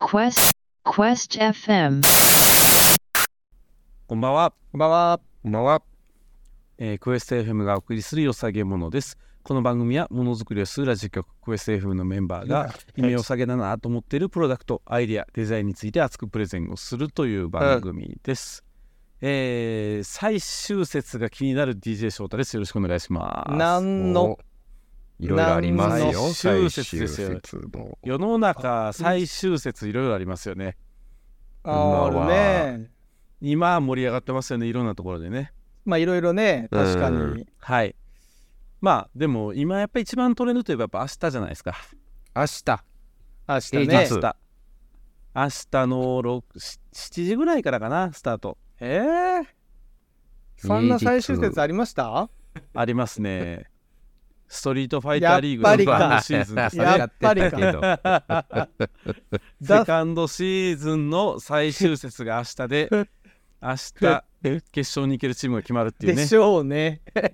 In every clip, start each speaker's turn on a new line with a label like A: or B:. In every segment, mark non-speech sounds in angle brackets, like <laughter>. A: Quest Quest FM
B: こんばんは。
C: こんばんは。
B: こんばんは。えークエスト FM がお送りするよさげものです。この番組はものづくりをするラジオ局クエスト FM のメンバーが今よさげだなと思っているプロダクト、アイデア、デザインについて熱くプレゼンをするという番組です。えー最終節が気になる DJ 翔太です。よろしくお願いします。
C: なんの
D: おいろいろありますよ
B: 何の
D: 最
B: 終節ですよね
D: 終節も
B: 世の中最終節いろいろありますよね。
C: あ
D: こんばん
C: る
D: は
C: ね。
B: 今盛り上がってますよね。いろんなところでね。
C: まあいろいろね、
D: うん
C: 確かに。
B: はい。まあでも今やっぱ一番トレンドといえばやっぱ明日じゃないですか。
D: 明日
C: 明日
D: 平
C: ね
D: 日。
B: 明日明日の6 7時ぐらいからかなスタート
C: えーそんな最終節ありました
B: あります
D: <laughs>
B: ねストリートファイターリーグ
C: やっぱりか
B: のシーズンですね
C: やっぱりか
D: やってたけど
B: セカンドシーズンの最終節が明日
D: <laughs>
B: で明日決勝に行けるチームが決まるっていう
C: で
B: ね
C: しょうね。
D: ゲ
B: はい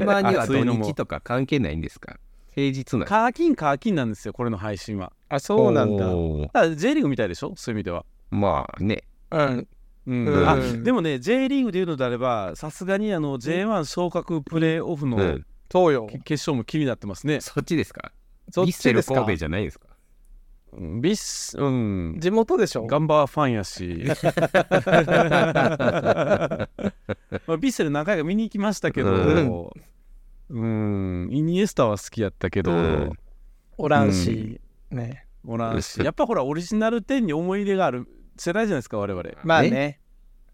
D: ーマーには
B: 熱
D: 土
B: いのも
D: 日とか関係ないんですか平日な
B: カーキンカーキンなんですよこれの配信は
C: あ、そうなんだ。
D: おー
B: ただ J リーグみたいでしょそういう意味では
D: まあね
C: うん。
B: うん
C: うん
B: あでもね J リーグでいうのであればさすがにあの J1 昇格プレーオフ
D: う
B: の
D: ん
C: そうよ。
B: 決勝も気になってますね、
D: そっちですか
C: そっ
D: ビッ
C: ち
D: セ
C: で
D: ル
C: すか
D: 神戸じゃないですか
B: うん、ビスうん
C: 地元でしょ
B: ガンバーファンや
D: <laughs>
B: し、まあ、ビッセル何回か見に行きましたけど、うん、イニエスタは好きやったけど、
D: うん
C: おらんし。ね。
B: おらんしやっぱほらオリジナル10に思い入れがある世代じゃないですか我々、
C: まあね。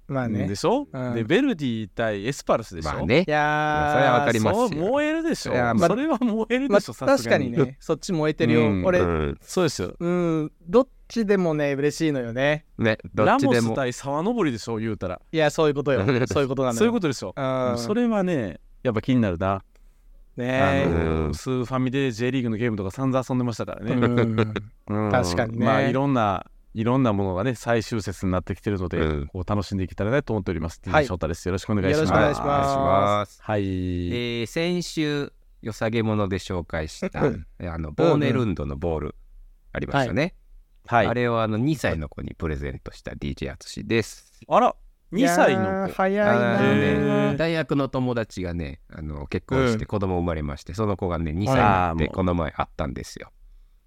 C: まあね
B: で。しょ、
C: うん
B: でヴェルディ対エスパルスでしょ、
D: まあね
C: いやー
D: それはわかります
B: そ
D: よ
B: う燃えるでしょ、
D: いや
C: まあ
B: それは燃え
C: ま
B: るで
C: あ
B: しょ、さ
C: 確
B: す
C: か
B: が
C: に
B: に
C: ね、そっち燃えてるよ。
B: うん
C: 俺、
D: うん
B: そうですよ
C: うん、どっちでもね、嬉しいのよね。
D: ねど
B: ラ
D: っち
B: モ
D: で
B: ス
D: も
B: 対沢登りでしょ言うたら
C: いや、そういうことよ。そういうことなのよ。
B: そういうことでしょ、
C: うん
B: それはねやっぱ気になるなあ
C: ね
B: の
D: うん
B: スーファミで J リーグのゲームとか散々遊んでましたからね、
C: うん
B: うん
C: 確かにね
B: まあいろんないろんなものがね最終節になってきてるので、
D: うん
B: こう楽しんでいけたらなと思っております、
C: はい
B: DJ 翔太ですよろしくお願いします
C: よろしくお願いします
D: す
B: はい、
D: えー先週よさげもので紹介した
C: うん
D: あのボーネルンドのボールありましたね
B: はい
D: あれをあの2歳の子にプレゼントした DJ 淳です
B: あら2歳
C: いや
B: の
C: ー
B: 子
C: 早い
D: あ
C: な
D: の
B: へ
C: ー。
B: ー
D: ね大学の友達がねあの結婚し
C: うん
D: て子供生まれまして、その子がね2歳に
B: あ
D: な
B: らも
D: っ
B: う
D: てこの前会ったんですよ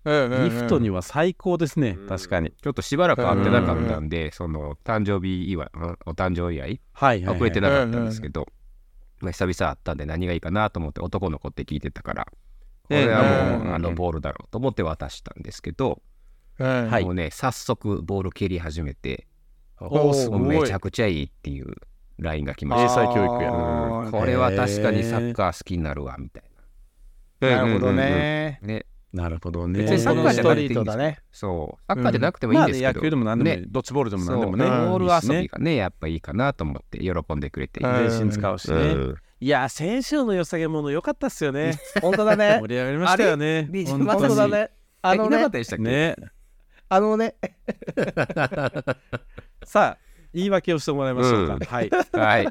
C: うんうんうん
B: ギフトには最高ですね、確かに
D: ちょっとしばらく会ってなかったんで、その誕生日祝いんお誕生日祝い
B: はいはい、はい、
D: 遅れてなかったんですけど、まあ、久々会ったんで何がいいかなと思って男の子って聞いてたからこれは
C: うんうん
D: も
C: う
D: うんあのボールだろうと思って渡したんですけど、
C: うん
B: はい
D: もうね早速ボール蹴り始めて
C: おーすごい
D: めちゃくちゃいいっていうラインが来ました
B: 英才教育や
C: あー
D: これは確かにサッカー好きになるわみたいな。
C: なるほど。ね。
D: ね、
B: なるほど
C: 別に
B: ね
C: サッカーじゃなくていいんですかストリートだね。
D: そう。サッカーじゃなくてもいい
B: ま
D: ん
B: あ
D: です
B: ね
D: けど、
B: 野球でも何でもいい、
D: ね
B: ドッジボールでも
D: そ
B: 何
D: う
B: でもね
D: ボール遊
B: いい
D: び
B: し
D: がね、やっぱいいかなと思って喜んでくれていて
C: う
B: ね
C: ん
B: 全身使うしね、
D: うん
B: いやー先週の良さげもの良かったっすよね
C: <laughs> 本当だね
B: 盛。り上がりましたよね
D: れ
B: 本当
C: 本
B: に
C: 当だね。あ
D: え
C: の
D: いなかっ
C: ね、
D: たでしたっけ、
B: ね
C: あのね、
B: さあ言い訳をしてもらいましょうか、
D: うん
B: はい
D: はい。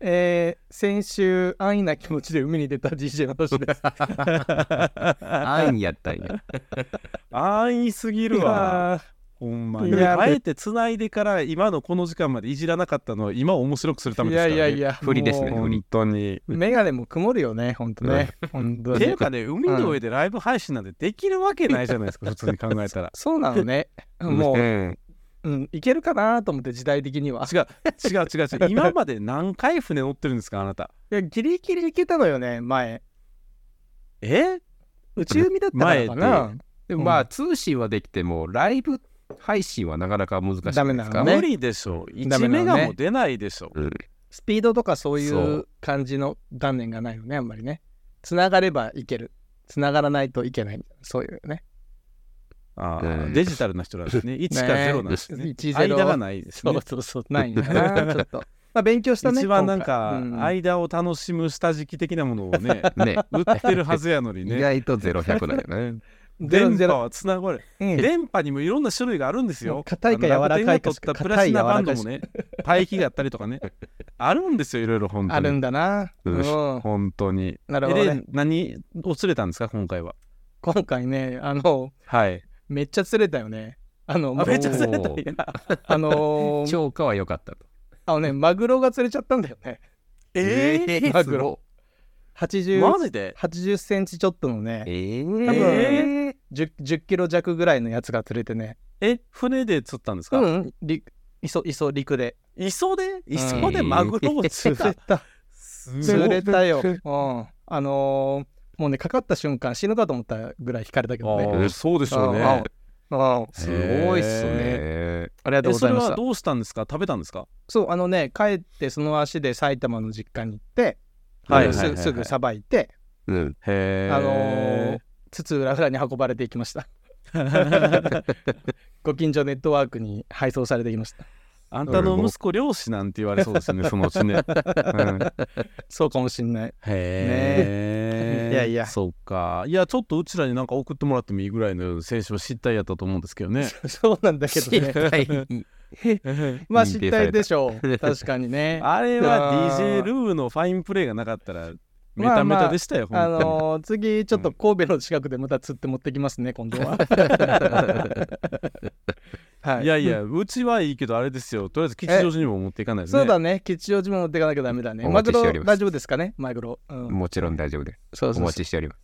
C: えー先週安易な気持ちで海に出た DJ の年です。
D: 安易やったんや。
B: 安易すぎるわほんまに
C: いや
B: あえてつないでから今のこの時間までいじらなかったのは今を面白くするため
C: い
B: ですか
C: や
B: ら、
C: い
B: ね、
C: やいや、
D: 振りですね
C: も
B: 本当に
C: うメガネも曇るよね、本当ね。本当
B: てい
C: ね
B: う。かね海の上でライブ配信なんてできるわけないじゃないですか普通に考えたら
C: そうなのね。もう、
D: ん
C: うん、いけるかなと思って時代的には。
B: 違う違う違う違う今まで何回船乗ってるんですかあなた
C: いやギリギリいけたのよね、前。
B: え
C: 内海だったからか
B: 前っ
C: な。
D: でもまあ、通信はできても、ライブ配信はなかなか難しいです
C: ダ
D: か
C: メなのね
B: 無理でしょう
C: ダメ
B: 1
C: な
B: メ
C: のね
B: ガも出ないでしょう、
D: うん
C: スピードとかそうい
D: そうう
C: 感じの断念がないのね、あんまりね。つながればいける。つながらないといけない。そういうね。
B: あー
D: うん
B: デジタルな人なんで
C: <laughs>
B: すね1から0なんですね
C: ね10
B: 間がないです
C: そ
B: ね
C: うそうそう、ない
B: <laughs>
C: んだな、ちょっと。まあ、勉強したね。
B: 一番なんか
C: 今回
B: 間を楽しむ下敷き的なものを
C: <laughs>
B: ね
D: ね。
B: <laughs> 売ってるはずやのに
D: 意
B: ね
D: 外とゼロ百だよ
B: <laughs>
D: ね。
C: うんゼロ
B: 電
C: ゼ
B: 波
C: ロ。
B: はつながる
C: うん
B: 電波にもいろんな種類があるんですよ
C: 硬いか
B: あの
C: 柔らかいか
B: 楽天が取ったプラチナバンドもね帯域があったりと
C: <laughs>
B: かねあるんですよいろいろ本当に
C: あるんだな。う
D: うん
C: ん。
B: 本当に
C: なるほど
B: で
C: ね。
B: 何を釣れたんですか今回は
C: 今回ね、あの、
B: はい
C: めっちゃ釣れたよね。あの、
B: あめっちゃ
D: おー
B: 釣れたんや。
C: あ
B: <laughs>
C: のー
D: 超過は良かったと。
C: あのね、マグロが釣れちゃったんだよね。
B: え
C: ーマ
D: す
C: グロ
D: ご
B: ー、
C: 80,
B: マジで
C: 80センチちょっとの
D: い。
C: ね、
D: えー
C: 多分
B: えー
C: 10, 10キロ弱ぐらいのやつが釣れてね、
B: え、船で釣ったんです
C: う
B: か
C: ん、陸磯磯陸で
B: 磯で磯でマグロを釣
C: 釣 <laughs>
B: れ
C: れた
B: すごい
C: 釣れた
B: <laughs>
C: よ、うん、あのーもうねかかった瞬間死ぬかと思ったぐらい引かれたけどね
B: あーそうでしょう
C: あ
B: ね。
C: ああ
D: すごいっすね。
C: ありがとう
B: え
C: ご
B: そ
C: ざい
B: れ
C: まし
B: は
C: た
B: どうしたんですか食べたんですか
C: そうあのね帰ってその足で埼玉の実家に行って、
B: はいはいはい
C: す
B: はい
C: すぐさばいて、
D: うん。
B: へ
C: あのー、津々浦々に運ばれていきましたご近所ネットワークに配送されていきました
B: あんたの息子漁師なんて言われそうです
C: <laughs>
B: ね、そのうちね。うん
C: そうかもしん
B: <laughs>
C: ない
B: へえ、
C: ねいやいや
B: <laughs> そうか。いや、ちょっとうちらになんか送ってもらってもいいぐらいの選手は失態やったと思うんですけ
C: <laughs>
B: どね。
C: そうなんだけどねまあ
D: 認
C: 失
D: 定され
C: 態
D: た
C: でしょ
B: <laughs>
C: う確かにね
B: あれは DJ
C: あー
B: ルーのファインプレーがなかったら、メ
C: まあ
B: タメタでしたよ、
C: あ
B: 本当に。
C: のー次ちょっと神戸の近くでまた釣って持ってき
B: <laughs>
C: ますね今度は。はい、
B: いやいや、うちはいいけど、あれですよ、とりあえず吉祥寺にも持っていかないとね。
C: そうだね吉祥寺も持っていかなきゃダメだね。
D: お
C: マグ
D: 待ちして
C: ロ
D: おります
C: 大丈夫ですかねマグロ。うん、
D: <laughs> もちろん大丈夫です。
C: そう
D: お
C: そう
D: 待
C: そ
D: ちしております。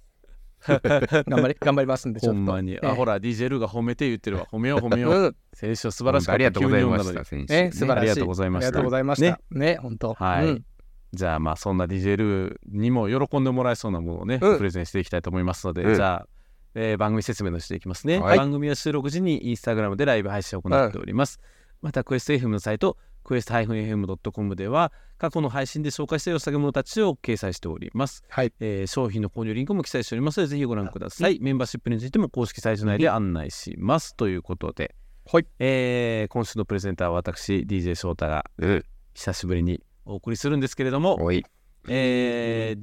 C: う頑張り頑張りますんでちょ
B: ほ
C: っと。
B: んまに。
C: ええ
B: あ、ほら、DJ ルーが褒めて言
C: <laughs>
B: ってるわ。褒めよう、褒めよう。
C: うん、
B: 選手は素晴らしかった。
D: ありがとうございまし
B: 急に呼んだの
D: た、
B: に
D: 選手。
C: ね素晴らしい。
B: ありがとうございました
C: ありがとうございました。ね本当。
B: はい
C: うん
B: じゃあ、まあ、そんな DJ ルーにも喜んでもらえそうなものをね、
C: うん
B: プレゼンしていきたいと思いますので、
D: うん
B: じゃあ、えー番組説明のしていきますね。
D: はい
B: 番組は収録時にインスタグラムでライブ配信を行っております。また、クエスト FM のサイト、クエスト -fm.com では、過去の配信で紹介したよさげものたちを掲載しております。
C: はい
B: えー商品の購入リンクも記載しておりますので、ぜひご覧ください。メンバーシップについても公式サイト内で案内します。ということで、
C: はい
B: えー今週のプレゼンターは私、DJ 翔太が
D: うん。
B: 久しぶりにお送りするんですけれども、
D: おい。
B: えー、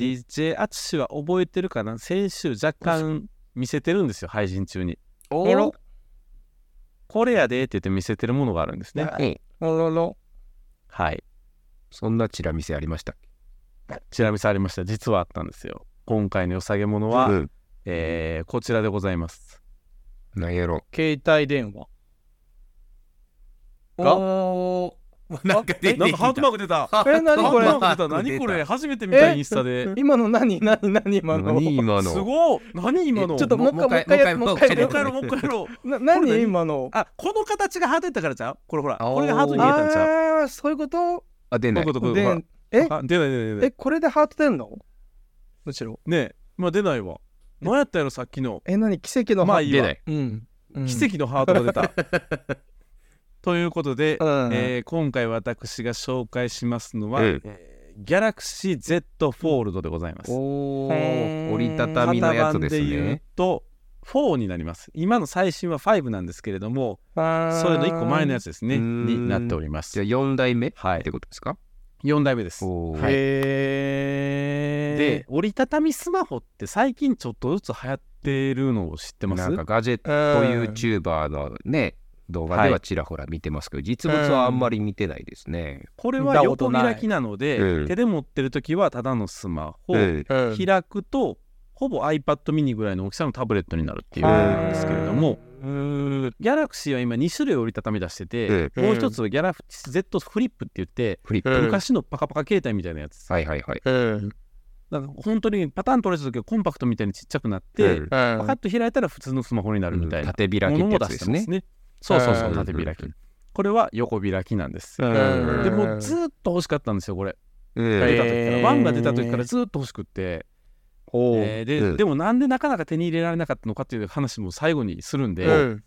B: DJ アツシは覚えてるかな先週若干見せてるんですよ配信中に
D: おろ。
B: これやでって言って見せてるものがあるんですね
C: あおろろ。
B: はい
D: そんなチラ見せありましたっけ
B: ちなみさんありました実はあったんですよ今回の良さげものは、
D: うん。
B: えーこちらでございます
D: なんやろ。
C: 携帯電話。
B: が
C: おー
B: <laughs> なんかハートマーク出た
C: あえ何これ
B: ハートマーク出た
D: ハートマーク出
B: 何
D: た
B: これ初めて見た
C: え
B: インスタで
C: 今の何何何今の。
D: 何今の
B: すごい何今の
C: ちょっともう一回もう一回
B: もう一回やろうもう一回やろう
C: な
B: これ
C: 何
B: 何
C: 今の
B: <laughs> あこの形がハートやったからちゃうこれほら
D: あー
B: これがハートに見えたんちゃう
C: あーそういうこと
D: あ、出ない
B: こ。ういうことこういう
C: で
B: こと
C: え
B: ほらあ出ない出ない出ない
C: えこれでハート出んのむしろ
B: ねえ、まあ出ないわ。何やったやろ、さっきの。
C: え何奇跡の
B: まあ
C: ハ
B: い
C: ー
B: い
D: 出
B: わ
D: ない。
C: トうんうん
B: 奇跡のハートが出た。 <laughs> ということで、
C: うん
B: えー今回私が紹介しますのは、
D: うん
B: えー、Galaxy Z フォールドでございます。
D: お
C: へー
D: ー。折りたたみ
B: 型
D: のやつ
B: 番
D: です
B: で言
D: ね
B: う。と、4になります。今の最新は5なんですけれども、
C: あー
B: それの1個前のやつですね、
D: うーん
B: になっておりま
D: じ
B: す
D: ゃあ。4代目っ
B: はい
D: て、ことですか
B: 4代目です。
D: おー
B: はい
C: へー
B: で、折りたたみスマホって最近ちょっとずつ流行ってるのを知ってます
D: なんかガジェット
C: うん
D: YouTuber のね、動画ではちらほら見てますけど、実物はあんまり見てないですね。
B: これ
C: 見
B: は
C: たこと
B: 横
C: ない
B: 開きなので、
D: うん
B: 手で持ってる時はただのスマホ、
D: うん
C: うん
B: 開くとほぼ iPad mini ぐらいの大きさのタブレットになるっていうものなんですけれども、Galaxy は今2種類折りたたみ出してて、
D: うん
B: もう一つは Galaxy Z フリップって言って、
D: フリップ。
C: うん
B: 昔のパカパカ携帯みたいなやつ、
D: はいはいはい。
C: うん
B: なんか本当にパターン取れた時はコンパクトみたいにちっちゃくなって、
D: うん
C: うん
B: パカッと開いたら普通のスマホになるみたいな
D: 縦開
B: もの
D: きって
B: も
D: や
B: 出
D: つで
B: して
D: す
B: ま
D: ね
B: す。ね。そうそうそうう、
C: ん
B: 縦開き。これは横開きなんです。
D: うん
C: うん
B: でもうずーっと欲しかったんですよ、これ。
D: うん
C: はい
B: 出た時から、
C: えー
B: ワンが出た時からずっと欲しくって、えーで
D: うん
B: でもなんでなかなか手に入れられなかったのかっていう話も最後にするんで、
C: うん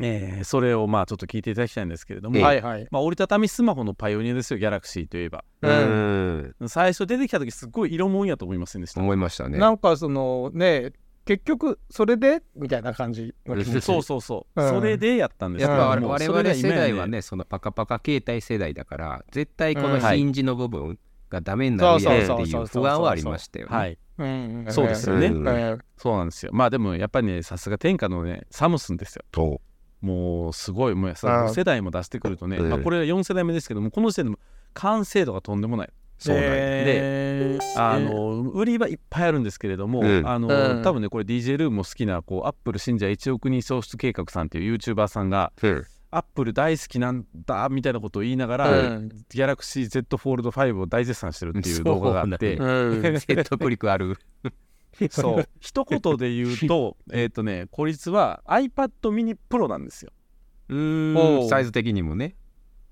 B: えーそれをまあちょっと聞いていただきたいんですけれども、
D: ええ
C: はいはい
B: まあ、折りたたみスマホのパイオニアですよギャラクシーといえば
D: うん。
B: 最初出てきた時すっごい色もんやと思いませんでした、
D: 思いましたね。
C: なんかそのね結局それでみたいな感じの気持ち
B: そうそうそう、
C: うん
B: それでやったんです
D: や
B: け
D: っ
B: ど
D: ぱ我
B: もう
D: 我
B: それ
D: 々
B: が
D: 世
B: 今
D: 代
B: や
D: はね、そのパカパカ携帯世代だから、絶対こ
C: う
D: の
C: ん
D: ヒンジの部分がダメになるやろって
C: そ
D: いう
C: そうそうそうそう
D: う不安はありましたよね。
B: はい
C: うんん
B: そうですよね、
D: うん
C: うん
B: そうなんですよまあでもやっぱりねさすが天下のねサムスンですよ
D: と。
B: もうすごいもう
C: ああ
B: さ世代も出してくるとね、
D: うん
B: まあ、これは4世代目ですけどもこの時点でも完成度がとんでもない
D: そうなんや
C: で
B: あの売りはいっぱいあるんですけれども、
D: うん
B: あの
C: うん
B: 多分ねこれ DJ ルームも好きなこうアップル信者1億人創出計画さんっていう YouTuber さんが
D: うん
B: アップル大好きなんだみたいなことを言いながら、
C: うん
B: ギャラクシー Z フォールド5を大絶賛してるっていう
D: そう
B: 動画があって
D: なん <laughs> 説得力ある。
B: そう一言で言うとえっとねこいつは iPad mini Pro なんですよ
D: うんサイズ的にもね。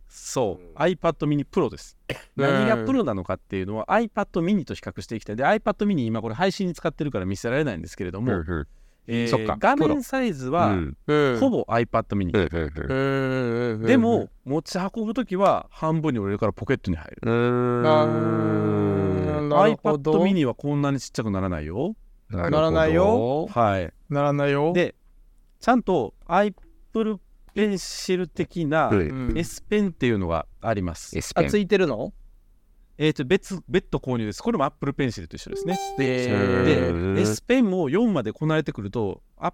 B: そう iPad mini Pro です
C: うん
B: 何がプロなのかっていうのは iPad mini と比較していきたいで iPad mini 今これ配信に使ってるから見せられないんですけれども、
D: うんうん
B: えー
D: そっか
B: 画
D: Pro
B: 面サイズ
D: う
B: は
D: ん
C: うん
B: ほぼ iPad mini、
D: うんうん
B: でも持ち運ぶ時は半分に折れるからポケットに入る
D: うん
C: あーなる
B: iPad
C: ほど
B: mini はこんなにちっちゃくならないよ
D: な
C: ならないよ。
B: はい
C: ならないよ。
B: でちゃんと Apple ペンシル的な
D: う
C: うんん
B: S ペンっていうのがあります、
D: S
C: あ
D: ペン
C: つ。いてるの
B: えー、と別別途購入ですこれも Apple ペンシルと一緒ですね
C: で
B: で
D: へー
B: S ペンも4までこなれてくるとアッ,、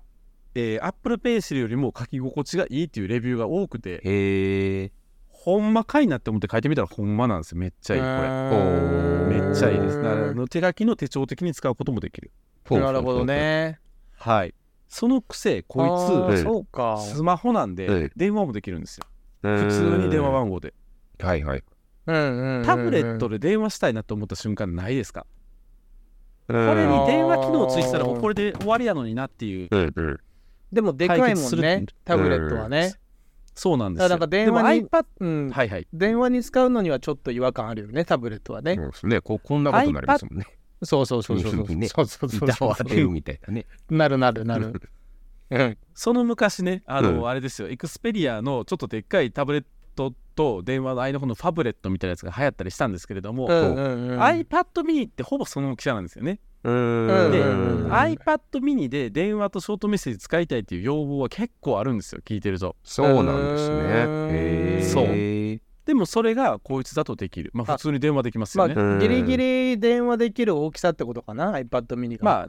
B: えー、Apple ペンシルよりも書き心地がいいっていうレビューが多くて
D: へえ。
B: ほんまかいなって思って書いてみたらほんまなんですよめっちゃいいこれ
D: おー
B: めっちゃいいです。だからあの手書きの手帳的に使うこともできる。
C: なるほど。ね。
B: はい。そのくせ、こ
C: あ
B: い
C: ー
B: つ、
C: そうか。
B: スマホなん
D: え
B: で
D: え
B: 電話もできるんですよ。
D: 普
B: 普通に電話。番号で。
D: はいはい。
C: うんうんうん
B: タブレット
C: で。
B: で電話したいなと思った瞬間ないですか
D: こ
B: これ
C: うん
B: に電話機能ついてたらもうこれで終わりやのになっていう。
D: うんうん。
C: でもでかい
B: 解
C: も
B: 決す
C: ん
B: るって
C: ね、タブレットはね。
B: そうなんです
C: だから
B: よ。
C: なんか電話に
B: でも iPad、
C: うん
B: はいはい。
C: 電話に使うのにはちょっと違和感あるよね、タブレットはね。
D: そうですね。ここんなことになりますもんね。
C: そうそうそうそうそう。
D: ね
C: そうそうそう
D: 板
C: そ
D: を当てる
C: う。
D: みたいなね。
C: <laughs> なるなるなる。うん。
B: その昔ね、あの、
D: う
B: あれですよ、エクスペリアのちょっとでっかいタブレットと電話の間の方のファブレットみたいなやつが流行ったりしたんですけれども、
C: うんうんうん。
B: iPad mini ってほぼその大きさなんですよね。
D: うん
C: うん
B: で、
C: うん
B: iPad mini で電話とショートメッセージ使いたいっていう要望は結構あるんですよ聞いてると
D: そうなんですね。へえ。
B: そうでもそれがこいつだとできるまあ
C: あ
B: 普通に電話できます
C: ま
B: よね
D: う
C: あ、
D: ん
C: ギリギリ電話できる大きさってことかな、iPad mini が。
B: まあ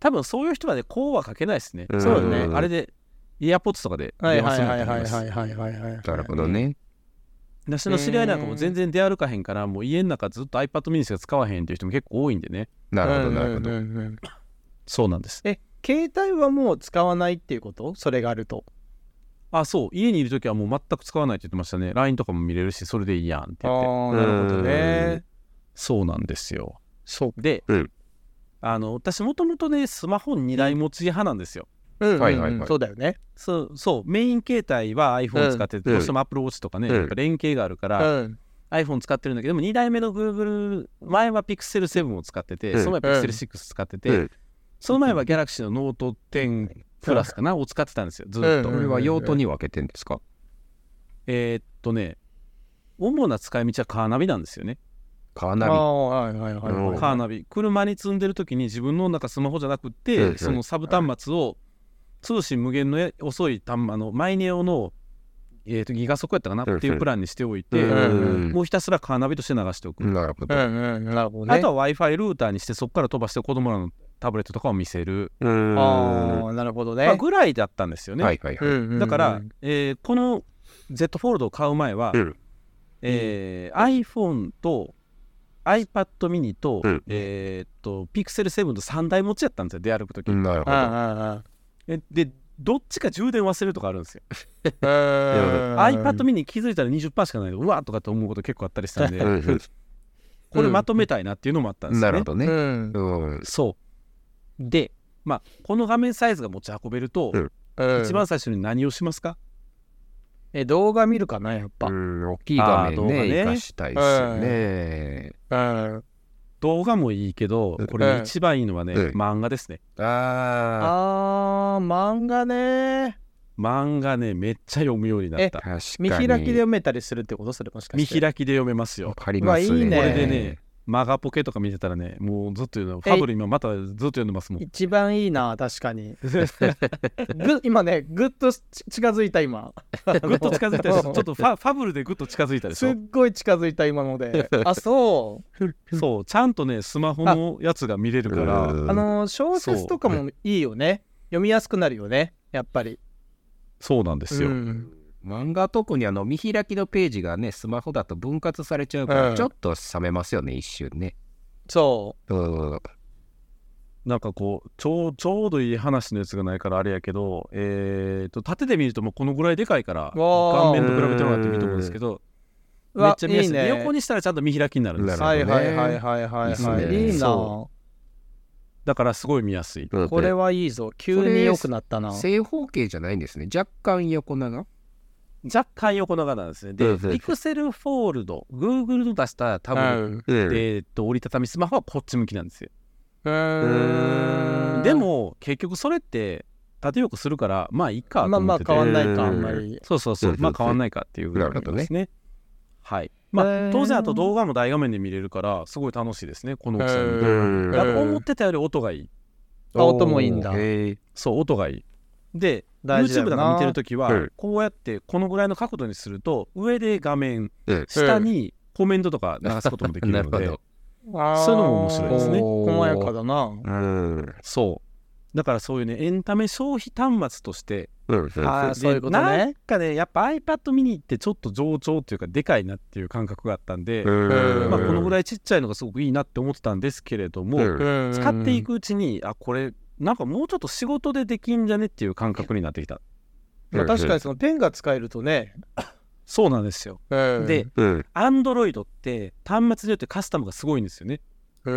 B: 多分そういう人はねこうはかけないですね
D: うん
C: そうよね
B: あれでイヤポッツとかで
C: はい
B: 電話
C: はい
B: する
C: は
B: ん
C: い
B: だと
C: はいはいはい
B: 思います
C: はいはい。
D: なるほど。ね。
B: 私の知り合いなんかも全然出歩かへんからもう家の中ずっと iPad mini しか使わへんっていう人も結構多いんでね
D: なるほどなるほ
C: う
D: ど。
C: んうんうんうん
B: そうなんです
C: え、携帯はもう使わないっていうことそれがあると。
B: あそう家にいる時はもう全く使わないって言ってましたね LINE とかも見れるしそれでいいやんって
C: あ
B: 言って
C: ーなるほどね。
B: そうなんですよ
C: そう。
B: で、
D: うん
B: あの私もともとねスマホ2台持ち派なんですよ、
C: うんうんうん
D: はいはいはい
C: そうだよね。
B: そうそうメイン携帯は iPhone 使ってて、
D: うん
B: どうしても AppleWatch とかね、
D: うん
B: やっぱ連携があるか
C: う
B: ら、
C: ん。
B: iPhone 使ってるんだけどでも2台目の Google 前は Pixel7 を使ってて、
D: うん
B: その前は Pixel6 使ってて、
D: うん
B: その前は Galaxy の Note10 プラスかな、を使ってたんですよずっと、
C: うん
D: これは用途に分けてんですか
B: えーっとね主な使い道はカーナビなんですよね、
D: カー
C: あ
D: ナビ。
C: ーはいはいはいは
D: うん
C: い。
B: カーナビ車に積んでる時に自分の中スマホじゃなくって、
D: うん
B: そのサブ端末を通信無限のや遅い端末あのマイネオの、えー、とギガ速やったかな
D: うん
B: っていうプランにしておいて、
D: うん
B: もうひたすらカーナビとして流しておく、
D: なるほ
C: う
D: ど。
C: んうん。なるほどね。
B: あとは w i f i ルーターにしてそこから飛ばして子供らのタブレットとかを見せる、
D: うん
C: ああ、なるほど
B: まあ、
C: ね。
B: ぐらいだったんですよね、
D: はいはいはい。
C: うんうん
B: だから、
C: うん
B: えーこの Z フォールドを買う前は、
D: うん
B: えー iPhone と iPad mini と,、
D: うん
B: えーっと Pixel7 と3台持ちやったんですよ出歩く時、
D: なるほ
C: あ
D: ど。
C: あ
B: えでどっちか充電忘れるとかあるんですよ、
C: ああ
B: iPad mini 気づいたら20%しかないでうわーとかって思うこと結構あったりしたんで、
D: うんうん
B: これまとめたいなっていうのもあったんです
D: な
B: よね
D: るほどね。
C: うん
D: うん
B: そうでまあこの画面サイズが持ち運べると、
C: うん
B: 一番最初に何をしますか
C: え動画見るかなやっぱ、
D: うん大きい画
B: あー動
D: 面
B: 画
D: ね、
B: ね
D: 生かしたいですよね。
C: うん、
B: 動画もいいけどこ
C: う
B: れ
C: ん
B: 一番いいのはね、
D: うん
B: 漫画ですね
D: あ
C: あー漫画ね
B: 漫画ねめっちゃ読むようになっ
D: あ、
B: た
D: 確かに。
C: 見開きで読めたりするってことそれもしか
B: 見
C: して
B: 開きで読めますよ
D: わかりますね。
C: うわいいね
B: これでねマガポケとか見てたらねもうずっと読んでフ
C: え
B: ァブル今またずっと読んでますもん
C: 一番いいな確かにぐ今ねぐっとち近づいた今
B: ぐっと近づいたでしょちょっとファファブルでぐっと近づいたでし
C: すっ
B: ょ
C: ごい近づいた今のであそう
B: そうちゃんとねスマホのやつが見れるから
D: うん
C: あのー小説とかもいいよね読みやすくなるよねやっぱり
B: そうなんですよ、
C: うん
D: 漫画は特にあの見開きのページがねスマホだと分割されちゃうから、
C: うん
D: ちょっと冷めますよね一瞬ね
C: そ
D: うん
B: なんかこうちょうちょうどいい話のやつがないからあれやけど、えー、と縦で見るともうこのぐらいでかいから
C: わ
B: 顔
C: ー
B: 面と比べてもらってもいいと思うんですけど
C: う。
B: めっちゃ見やすい
C: わね
B: 横にしたらちゃんと見開きになるんですよ
D: な
C: は
D: る
C: い
D: ほどね
C: はいはいはいはい
D: いいっす
C: は
D: ね
C: い。いいな
B: そだからすごい見やすい
C: これはいいぞ。急に良くなったな。
D: 正方形じゃないんですね若干横長
B: 若干横長なんですね
D: う
B: で
D: んうん
B: ピクセルフォールド Google の出したタブレット
C: ん。
B: えーっと折りたたみスマホはこっち向きなんですよ
C: うーん
B: で、も結局それって縦横するからまあいいかと
C: まあま
B: 思っ
C: あ
B: てて
C: 変わんないか、
D: うん
C: あんまり。
B: そうそうそう
D: うん
B: まあ変わんないかっていうぐらいです
D: なるほ
B: ねはいまあ
D: へー
B: 当然あと動画も大画面で見れるからすごい楽しいですねこの大きさで見る
C: へ
B: と
C: ー
B: やっぱ思ってたより音がいい
C: あ音もいいんだ。
D: へー
B: そう音がいいで
C: 大事だ
B: YouTube
C: よ
B: なん
C: な
B: か見てるときは
D: うん
B: こうやってこのぐらいの角度にすると上で画面
D: うん
B: 下にコメントとか流すこともできるの
D: <laughs> な
B: で
D: るほ
B: そういうのも面白いですね
C: おー細やかだな。
D: どうん
B: そうだからそういうねエンタメ消費端末として
D: うんうん
C: あーそういうこと
B: な
C: ね
B: ん。かねやっぱ iPad ミニってちょっと上長っていうかでかいなっていう感覚があったんで、
D: うん
B: まあ、このぐらいちっちゃいのがすごくいいなって思ってたんですけれども、
D: うん
B: 使
C: 使
B: ってい。くうちにあこれなんかもうちょっと仕事でできんじゃねっていう感覚になってきた
C: まあ、確かにそのペンが使えるとね。
B: そうなんですよ
C: で
B: で、
D: うん
B: Android って端末によってカスタムがすごいんですよねあ
C: ア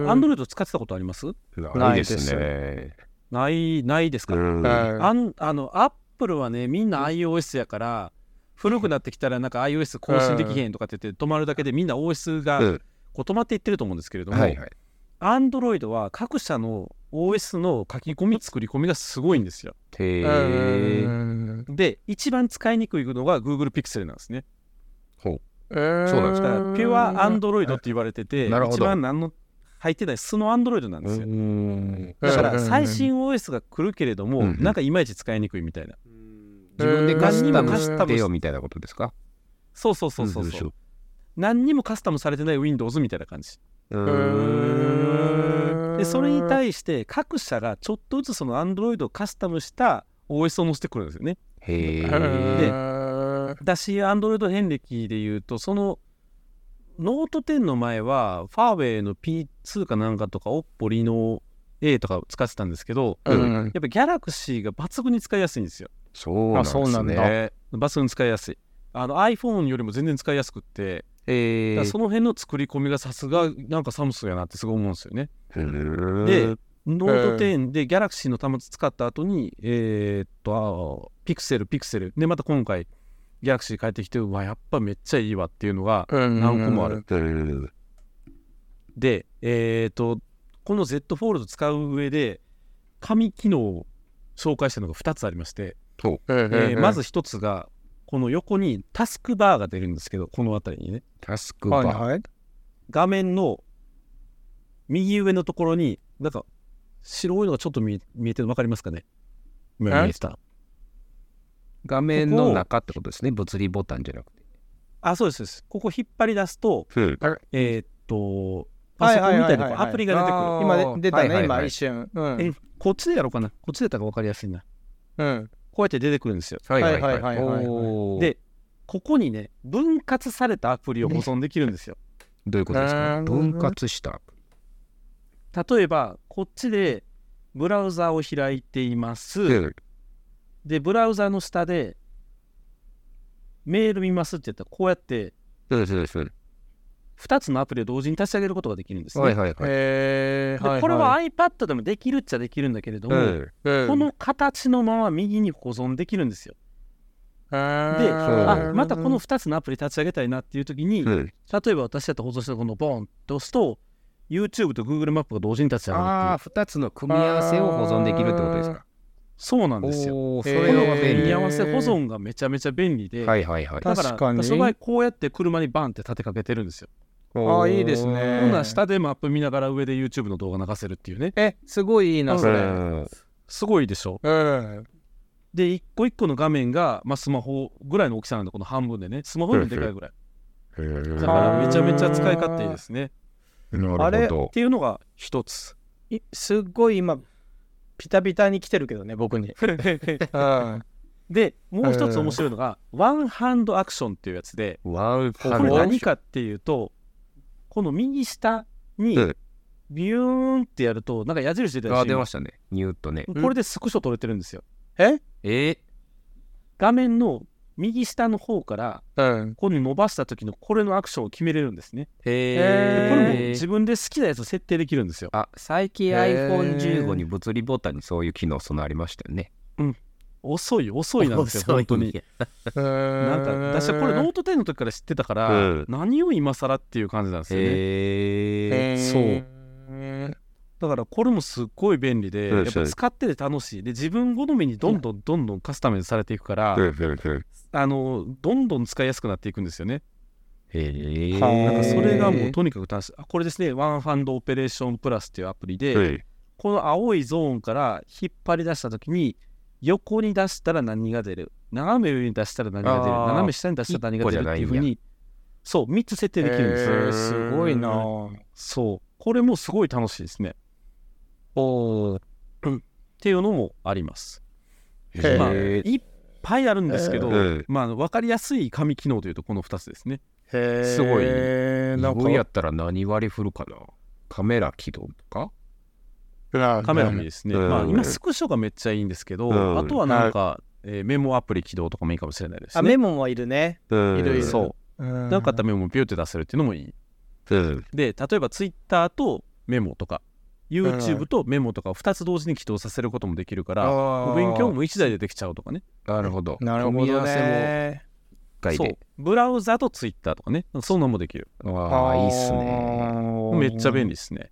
B: Android 使ってたことあります
D: ないですね
B: ないないですか、
D: うん
B: あんあのアップルはねみんな iOS やから古くなってきたらなんか iOS 更新できへんとかって言って止まるだけでみんな OS が
D: うん
B: こう止まっていってると思うんですけれども、
D: はいはい
B: アンドロイドは各社の OS の書き込み作り込みがすごいんですよ
D: へー
C: ー
B: で一番使いにくいのが Google Pixel なんですね
D: そうなんです
B: だからピュア Android って言われてて
D: なるほど
B: 一番何の入ってない素の Android なんですよ
D: うん
B: だか
C: うん
B: ら
C: うんうん
B: 最新 OS が来るけれども、
D: うんうん
B: なんかいまいち使いにくいみたいな
D: 自分でカスタム
B: うん
D: してよみたいなことですか
B: そうそうそうそうそう何にもカスタムされてない Windows みたいな感じでそれに
C: し
B: 対して各社がちょっとずつその Android をカスタムした OS を載せてくるんですよね
D: へ
B: で
D: え
B: だし Android 遍歴で言うとそのノート10の前はファーウェイの P2 かなんかとか Oppo Reno A とかを使ってたんですけど
D: うん
C: うん
B: やっぱ Galaxy が抜群に使いやすいんですよ
D: そうなんで
C: あそうな
D: す
C: んだ
D: ね
B: 抜群に使いやすいあの iPhone よりも全然使いやすくってだ
D: へ
B: から
D: ー
B: その辺の作り込みがさすがなんかサムスンやなってすごい思うんですよね
D: うん
B: でノート10で Galaxy の端末使った後に、えーっと、あーピクセル、ピクセル。で、また今回、Galaxy に帰ってきて、うわ、やっぱめっちゃいいわっていうのが、何個もある。
D: うん
B: で、えーっと、この Z フォールド使う上で、紙機能を紹介したのが2つありまして、えーまず1つが、この横にタスクバーが出るんですけど、この辺りにね、
D: タスクバー
C: はい
B: 画面の右上のところに、なんか、白いのがちょっと見え見えてるの分かりますかね今見えてた。
D: 画面の中ってことですね物理ボタンじゃなくて
B: あ、そうですそうです。ここ引っ張り出すと、
D: うん
B: えーっと、パ
C: は
B: ソ
C: い
B: コ
C: は
B: ン
C: い
B: み
C: は
B: た
C: いはい
B: いなこうアプリが出てく
D: あ
B: る。
D: ー
C: 今で出た
D: はいはいは
C: ね
D: い
C: 今一瞬うん
B: えこっちでやろうかな。こっちでやったら分かりやすいな。
C: うん
B: こうやって出てくるんですよ。
D: はい
C: はいはいはい
D: おー
B: で、ここにね、分割されたアプリを保存できるんですよ。
D: どういうことです
C: な
D: か
C: るほどね
D: 分割した
B: 例えば、こっちでブラウザを開いています。
D: うん
B: で、ブラウザの下で、メール見ますって言ったら、こうやって
D: そうそうそう
B: 2つのアプリを同時に立ち上げることができるんですね。
D: はいはいはい
C: へ
B: で
C: ーいい
B: これは iPad でもできるっちゃできるんだけれども、
D: うん
C: うん
B: この形のまま右に保存できるんですよ。で、
D: ん
B: あまたこの2つのアプリ立ち上げたいなっていう時に、
D: う
B: 例
D: ん
B: えば私だったら保存したこのボンと押すと、YouTube と Google マップが同時に立ち上
D: あ
B: がる
D: あ2つの組み合わせを保存できるってことですか
B: そうなんですよ。
D: おーそ
C: ー
B: こ
D: れ
B: の
D: は便
B: 組み
D: 利
B: 合わせ保存がめちゃめちゃ便利で、
D: はいはいはい
B: だから
C: 確かに
B: 私の場合こうやって車にバンって立てかけてるんですよ。
C: あーいいですね
B: ほんなら下でマップ見ながら上で YouTube の動画流せるっていうね。
C: えすごいいいな
D: う
C: それ
D: ん
B: すごいでしょ。
C: うん
B: で、一個一個の画面が、まあ、スマホぐらいの大きさなんで、この半分でね、スマホよりもでかいぐらい。だからめちゃめちゃ使い勝手いいですね。
D: なる
B: っ
D: ほ
B: ていうのが一つ。 <laughs>
C: いすっごい今ピタピタに来てるけどね僕に <laughs> うん
B: でもう一つ面白いのが、ワンハンドアクションっていうやつで
D: ワン
B: こ
D: ハ
B: れ
D: ンドアク
B: 何
D: ション
B: かっていうとこの右下に
D: うん
B: ビューンってやるとなんか矢印出たり
D: あ
B: し
D: ー
B: て
D: 出ま
B: る
D: したねニューッとね
C: た
B: これでスクショ撮れてるんですよ
C: え
D: え
B: 画面の右下の方から
C: うん。
B: ここに伸ばした時のこれのアクションを決めれるんですね
D: ー、
B: で
C: へー
B: これも
D: え
B: 自分で好きなやつを設定できるんですよ
D: あ最近
C: へー
D: iPhone15 に物理ボタンにそういう機能備わりましたよね
B: 遅い遅いなんですよ
D: 遅い
B: 本当になんか私はこれノ
C: う
B: ート10の時から知ってたから、
D: うん
B: 何を今更っていう感じなんですよね、
D: へえ
B: そうだからこれもすっごい便利で、
D: うん
B: やっぱ使ってて楽しいで自分好みにどんどんどんどんカスタマイズされていくから、あのどんどん使いやすくなっていくんですよね
D: へえ
C: はー
B: なんかそれが
C: へ
B: も
C: ー
B: うとにかく楽しいあこれですねワンハンドオペレーションプラスっていうアプリで、
D: はい
B: この青いゾーンから引っ張り出した時に横に出したら何が出る斜め上に出したら何が出る
D: あー
B: 斜め下に出したら何が出るっていうふう
D: 一個じゃないん
B: にそう3つ設定できるんですよ、
D: へー
C: すごいなぁ
B: そうこれもすごい楽しいですねおっていうのもあります、
C: へー
B: まあ、
D: へ
B: いっぱいあるんですけど、
D: えー
B: まあ、分かりやすい紙機能というとこの2つですね
C: へー
D: すごい
C: なん
D: 自
C: か
D: 分やったら何割振るかなカメラ起動とか
B: カメラもいいですね、
D: うん
B: まあ、
D: うん
B: 今スクショがめっちゃいいんですけど、
D: うん
B: あとはなんか、えーメモアプリ起動とかもいいかもしれないです
C: あ、
B: ね
C: メモもいるね。
D: い
C: いろいろ
B: そう
C: うん
B: なんかあったらメモをビューって出せるっていうのもいい。で、例えばツイッターとメモとか、YouTube とメモとかを2つ同時に起動させることもできるから、
C: あー
B: お勉強も1台でできちゃうとかね。
D: なるほど
C: なるほ
D: 組み合
C: ど
D: わせも
C: ね。
D: 一回
B: そう
D: で。
B: ブラウザとツイッターとかね。そんなんもできる。
D: ああいいっすね
C: ね
B: めっちゃ便利ですね。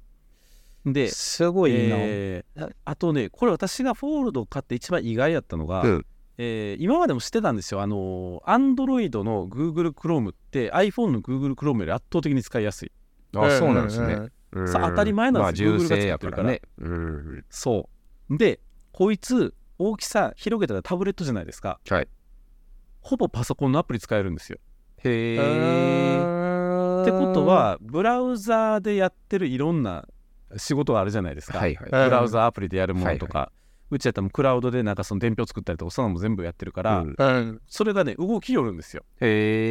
B: で、
C: すごいな。
B: えーあとね、これ私がフォールドを買って一番意外やったのが、
D: うん
B: えー今までも知ってたんですよ。あのー、Android の Google Chrome って iPhone の Google Chrome より圧倒的に使いやすい。
D: あそうなんですね
C: う。
D: うん
B: そう当たり前なんですよ
D: ま
B: Google
D: あ、
B: が
D: 重
B: 作
D: 生や
B: って
D: か
B: る
D: ら
B: から
D: ね。うん。
B: そう。で、こいつ、大きさ広げたらタブレットじゃないですか。
D: はい。
B: ほぼパソコンのアプリ使えるんですよ。
D: へ
C: え
D: え。
C: ー
B: ってこと、は、ブラウザーでやってるいろんな仕事はあるじゃないですか。
D: はいは
C: う
D: い。
C: ん
B: ブラウザーアプリでやるものとか、うちやったらもうクラウドでなんかその伝票作ったりとか、そんなのも全部やってるから、
D: うん
C: うん。
B: それがね、動きよるんですよ。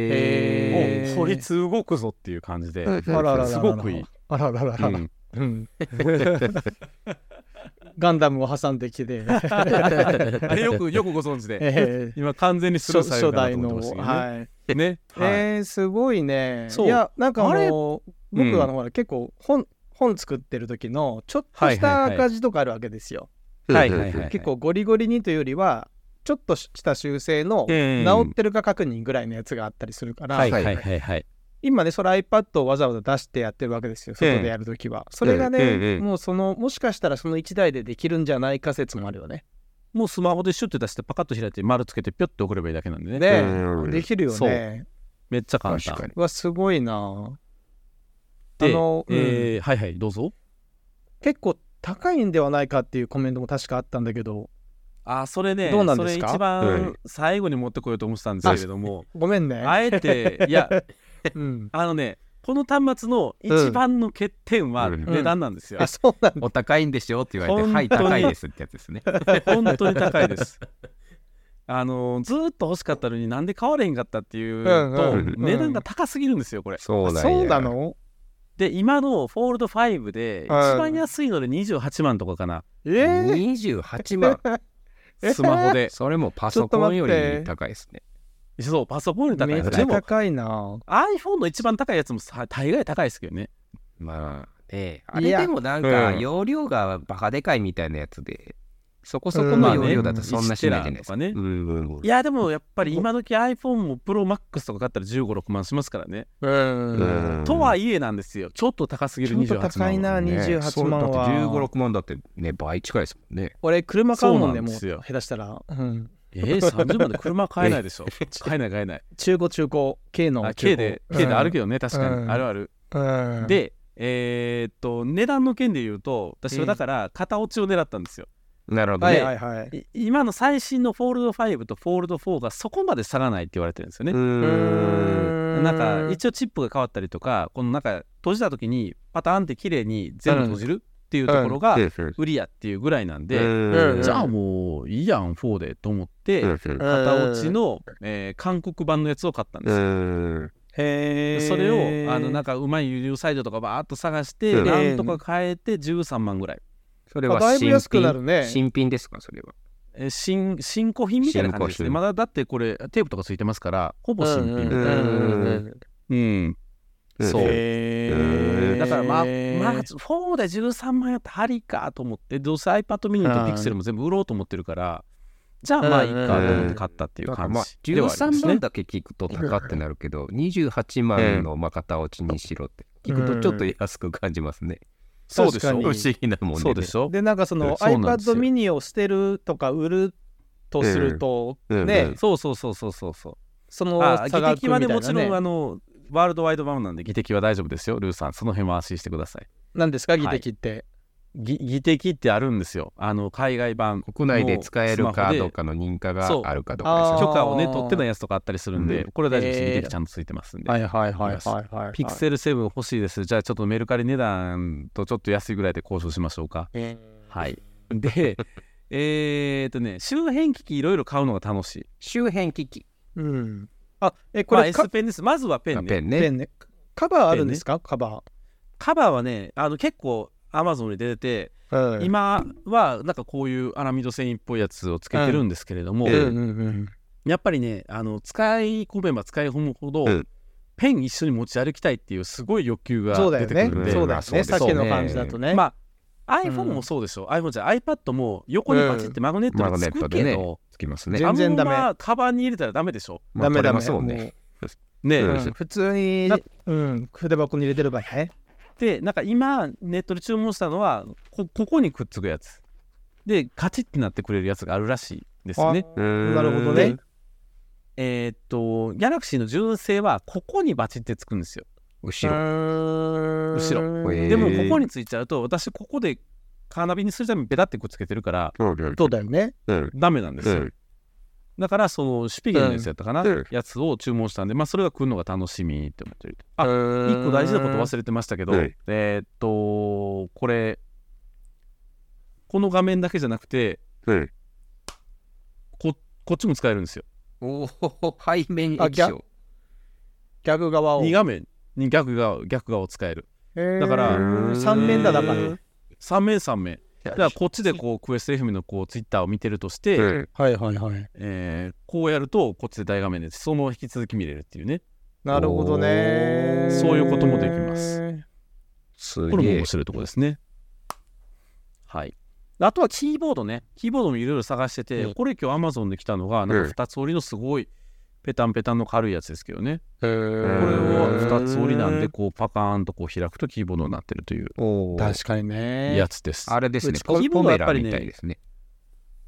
D: へ
C: へー
B: おこいつ動くぞっていう感じで、
D: ー
C: あらららら
B: すごくいい。
C: あららら
B: う
C: らら。
B: ん
C: うん。ガンダムを挟んできて。
B: <laughs> あれよくよくご存知で、
C: えー
B: 今完全にスルー
C: 初
B: され
C: 初
B: るかな
C: 代
B: と思って
C: の。
B: ましたけ
C: はい。
B: どね。ね、はい
C: えー、すごいね。
B: そう
C: いや、なんかあ
B: あれ
C: の、
B: うん
C: 僕あの、ほら、結構本、本作ってる時の、ちょっと
B: はい
C: し
B: はい
C: た
B: はい
C: 赤字とかあるわけですよ。
B: はいはいはい
C: 結構ゴリゴリにというよりは、ちょっとした修正の治
B: えー
C: ってるか確認ぐらいのやつがあったりするから、
B: はいはいはいはい。
C: 今ね、それ iPad をわざわざ出してやってるわけですよ、外でやるときは。それがね、
D: ええええ
C: もうその、もしかしたらその1台でできるんじゃないか説もあるよね。
B: もうスマホでシュッて出してパカッと開いて丸つけてピョッて送ればいいだけなんでね。
C: ね、
D: うん
C: できるよ
B: そう
C: ね。
B: めっちゃ簡単。
D: 確かに。
C: うわ、すごいな
B: で、
C: あのうん
B: えーはいはいどうぞ。
C: 結構高いんではないかっていうコメントも確かあったんだけど、
B: あそれね
C: どうなんですか
B: それ一
D: うん
B: 番最後に持ってこようと思ってたんですけれども、
C: ごめんね。
B: あえていや
C: うん。
B: あのねこの端末の一番の欠点は
D: うん
B: 値段なんですよ
C: あ、。そうなんだ。
D: <laughs> お高いんでしょって言われ
B: 本
D: て、
B: 当に
D: はい、高いですってやつで
B: <laughs>
D: すね。
B: 本当に高いです。あのずーっと欲しかったのになんで買われへんかったっていうと、
C: うんうん
B: 値段が高すぎるんですよこれ。
D: そうなんや
C: そうなの
B: で今のフォールド5で一番安いので28万とかかな、
C: えー
D: 28万。
C: えー
B: スマホ <laughs> で。
D: それもパソコンより高いですね。
B: そうパソコンより高
C: <laughs> め
B: い
C: っ
B: で
C: ちゃ
B: す。でも
C: 高いな
B: iPhone の一番高いやつもさ大概高いですけどね。
D: まあ、ねあ
C: い
D: れ
C: や
D: でもなんか、
B: うん
D: 容量がバカでかいみたいなやつで、そこそこの容量だとそんなしないじゃないですか。
B: うんまあね
D: うんうんうん
B: いやでもやっぱり今時 iPhone も ProMax とか買ったら15、6万しますからね。
C: うん
D: うん
B: とはいえなんですよ。ちょっと高すぎ
C: ち
B: る
C: ょっ
B: 28
C: と
B: 万は。
C: 高いな、
D: ね
C: 28万
D: そうだ
C: は。
D: って15、6万だってね、倍近いですもんね。
C: 俺、車買うもんね、もう、
B: そうなんですよ
C: 下手したら。うん。
B: えー、30万で車買えない
C: <laughs>
B: でしょ。買えない買えない。
C: 中古、中古、軽の
B: あ
C: 中古。
B: K で、K であるけどね、確か
C: う
B: に。
C: ん
B: あるある。
C: どうん、
B: で、えーっと、値段の件で言うと、私はだから片落ちを狙ったんですよ。
D: なるほど
C: は
D: ね。
C: いはいはい。
B: い今の最新のフォールド5とフォールド4がそこまで差がないって言われてるんですよね。
D: うん。
B: なんか一応チップが変わったりとかこのなんか閉じた時にパターンって綺麗に全部閉じる、っていうところが
D: うんうん
B: 売りやっていうぐらいなん
D: う
B: で、
D: ん
B: じゃあもういいやん4でと思って、
D: うん
B: 片落ちの、えー韓国版のやつを買ったんですよ。
D: うん
C: へえ。
B: それをあのなん
C: か、
B: かうまい輸入サイトとかバーっと探し
D: う
B: て
D: ん
B: なんとか変えて13万ぐらい、
D: それ
C: まあ
D: は
C: だいぶ
D: 新
C: 安くなる
D: 品、
C: ね。
D: 新品ですかそれは
B: えー新新古品みたいな感じです
D: 新
B: ね
D: 古品
B: まだだってこれテープとかついてますからほぼ新品みたいな、
D: うん
B: うんそう
C: へえ。
B: だからまあ、まあ、4で13万円ってハリかと思ってどうせ iPad mini と Pixel も全部売ろうと思ってるからじゃあまあいいかと思って買ったっていう
D: なんか
B: 感
D: まあ
B: じではあります
D: 13
B: ね
D: 万。だけ聞くと高ってなるけ <laughs> ど28万のまあ型落ちにしろって聞くとちょっと安く感じますね。
B: そうでし
C: 確
B: ょ
C: か
D: 不
C: に
D: 思議なもんね。
B: そうでしょ
C: で、なんかその
B: そうなんです
C: iPad
B: よ
C: mini を捨てるとか売るとすると、
D: うんうん
C: ね、
B: そうそうそうそうそうそう。
C: その
B: あ
C: 差
B: 技
C: 額
B: 的はね
C: みたい
B: もちろん
C: なね。
B: あのワールドワイド版なんで技的は大丈夫ですよルーさんその辺は安心してください
C: 何ですか、技的って。
B: ぎ技的ってあるんですよあの海外版
D: 国内で使えるかどう
B: の
D: かの認可が
B: そう
D: あるかどうかで
C: あ
D: すよ
B: 許可をね
C: ー
B: 取ってないやつとかあったりするんで、
D: う
B: これは大丈夫です、
C: えー
B: 技的ちゃんとついてますんで、
C: いはいいはい。
B: ピクセル7欲しいですじゃあちょっとメルカリ値段とちょっと安いぐらいで交渉しましょ
C: <laughs>
B: うか
C: ル。
B: はいでえーっとね周辺機器いろいろ買うのが楽しい
D: 周辺機器。
C: うん。あ、え、
B: こ
C: こ
B: れ、
C: れ、
B: まあ、
C: カ
B: S ペンですまずはペンね
D: ペン
C: ペ
D: ね。
C: ンね。カバーあるんですか、カバ
B: カバーはねあの結構アマゾンに出てて
C: ー。うん、
B: 今はなんかこういうアラミド繊維っぽいやつをつけてるんですけれども、
D: うん
C: う
D: え
C: んうんうん。
B: やっぱりねあの使い込めば使い込むほど、
D: うん
B: ペン一緒に持ち歩きたいっていうすごい欲求が
C: そうだ
B: 出
C: よ
B: てくる
C: ね
B: んで、。
C: そうだ
D: ま
C: よ
D: あそうで
C: ね。
D: すね
C: さっきの感じだとね。
B: まあ
C: うん
B: iPhone もそうでしょ、iPhone じゃ iPad も横にパチってマグネットがつくけ
D: マグネッ
B: ど、
D: トつきますね。
C: 全然ダメ
B: あんまカバンに入れたらダメでしょ
D: まあ
C: ダメダメ。
D: 取れますもんね。
B: ね、
D: うん
C: うん普通に
B: な、
C: うん、筆箱に入れてればね。
B: でなんか今ネットで注文したのはこここにくっつくやつでカチッてなってくれるやつがあるらしいですね
D: な
C: なるほどね。
B: えーっとギャラクシーの純正はここにバチってつくんですよ
D: 後ろ。
C: ろ
B: 後
D: ろえー
B: でもここについちゃうと私ここでカーナビにするためにベタってくっつけてるから
C: そうだよね。
D: うん
B: ダメなんですよ、だからそのシュピゲンのやつやったかな、
D: うん
B: やつを注文したんでまあそれが来るのが楽しみって思ってるあ一個大事なこと忘れてましたけど、
D: はい
B: えーっとこれこの画面だけじゃなくて
D: うん
B: ここっちも使えるんですよ
D: おお、背面
C: あ
D: 液
C: ギャ
D: 晶。
C: 逆側を。
B: 2画面に逆が逆側を使えるだから
C: 三面だだから。
B: 3面3面だからこっちでこうクエスト FM のこうツイッターを見てるとして、
D: うん
C: はいはいはい。
B: えーこうやるとこっちで大画面でそのまま引き続き見れるっていうね
C: なるほどね
D: おー。
B: そういうこともできます。
D: す
B: これも
D: げえ
B: 面。白いところですねはいあとはキーボードねキーボードもいろいろ探してて、
C: うん
B: これ今日 Amazon で来たのがなんか2つ折りのすごいペタンペタンの軽いやつですけどね
C: これ
B: これ
D: は
B: は2つ折りなんでこうパカーンとこう開くとキーボードになってるという
D: おー
C: 確かにね。
B: やつです
D: あれです
B: う
D: ね。
B: ちキーボードはやっぱりね
D: ポメラみたいですね。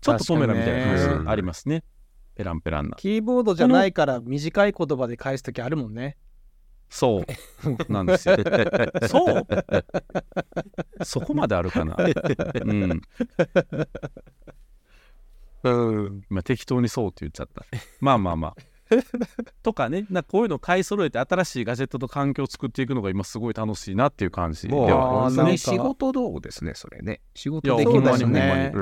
B: ちょっとポメラみたいな
D: 確か
B: 感
D: に
B: じ
D: ね
B: ありますねペランペランな
C: キーボードじゃないから短い言葉で返すときあるもんね。
B: そうなんですよそうそこまであるかなうん
C: うん。
B: まあ、適当にそうって言っちゃった。まあまあまあ。とかね、なんかこういうのを買い揃えて新しいガジェットと環境を作っていくのが今すごい楽しいなっていう感じで
D: もう
B: はあ
C: あ
B: りま
D: 本当
B: す
C: なん
D: に
C: か
B: ね。
D: 仕事道具ですね、それね。仕事
B: いや
D: できます
C: ほんまにほんまに
D: ね。う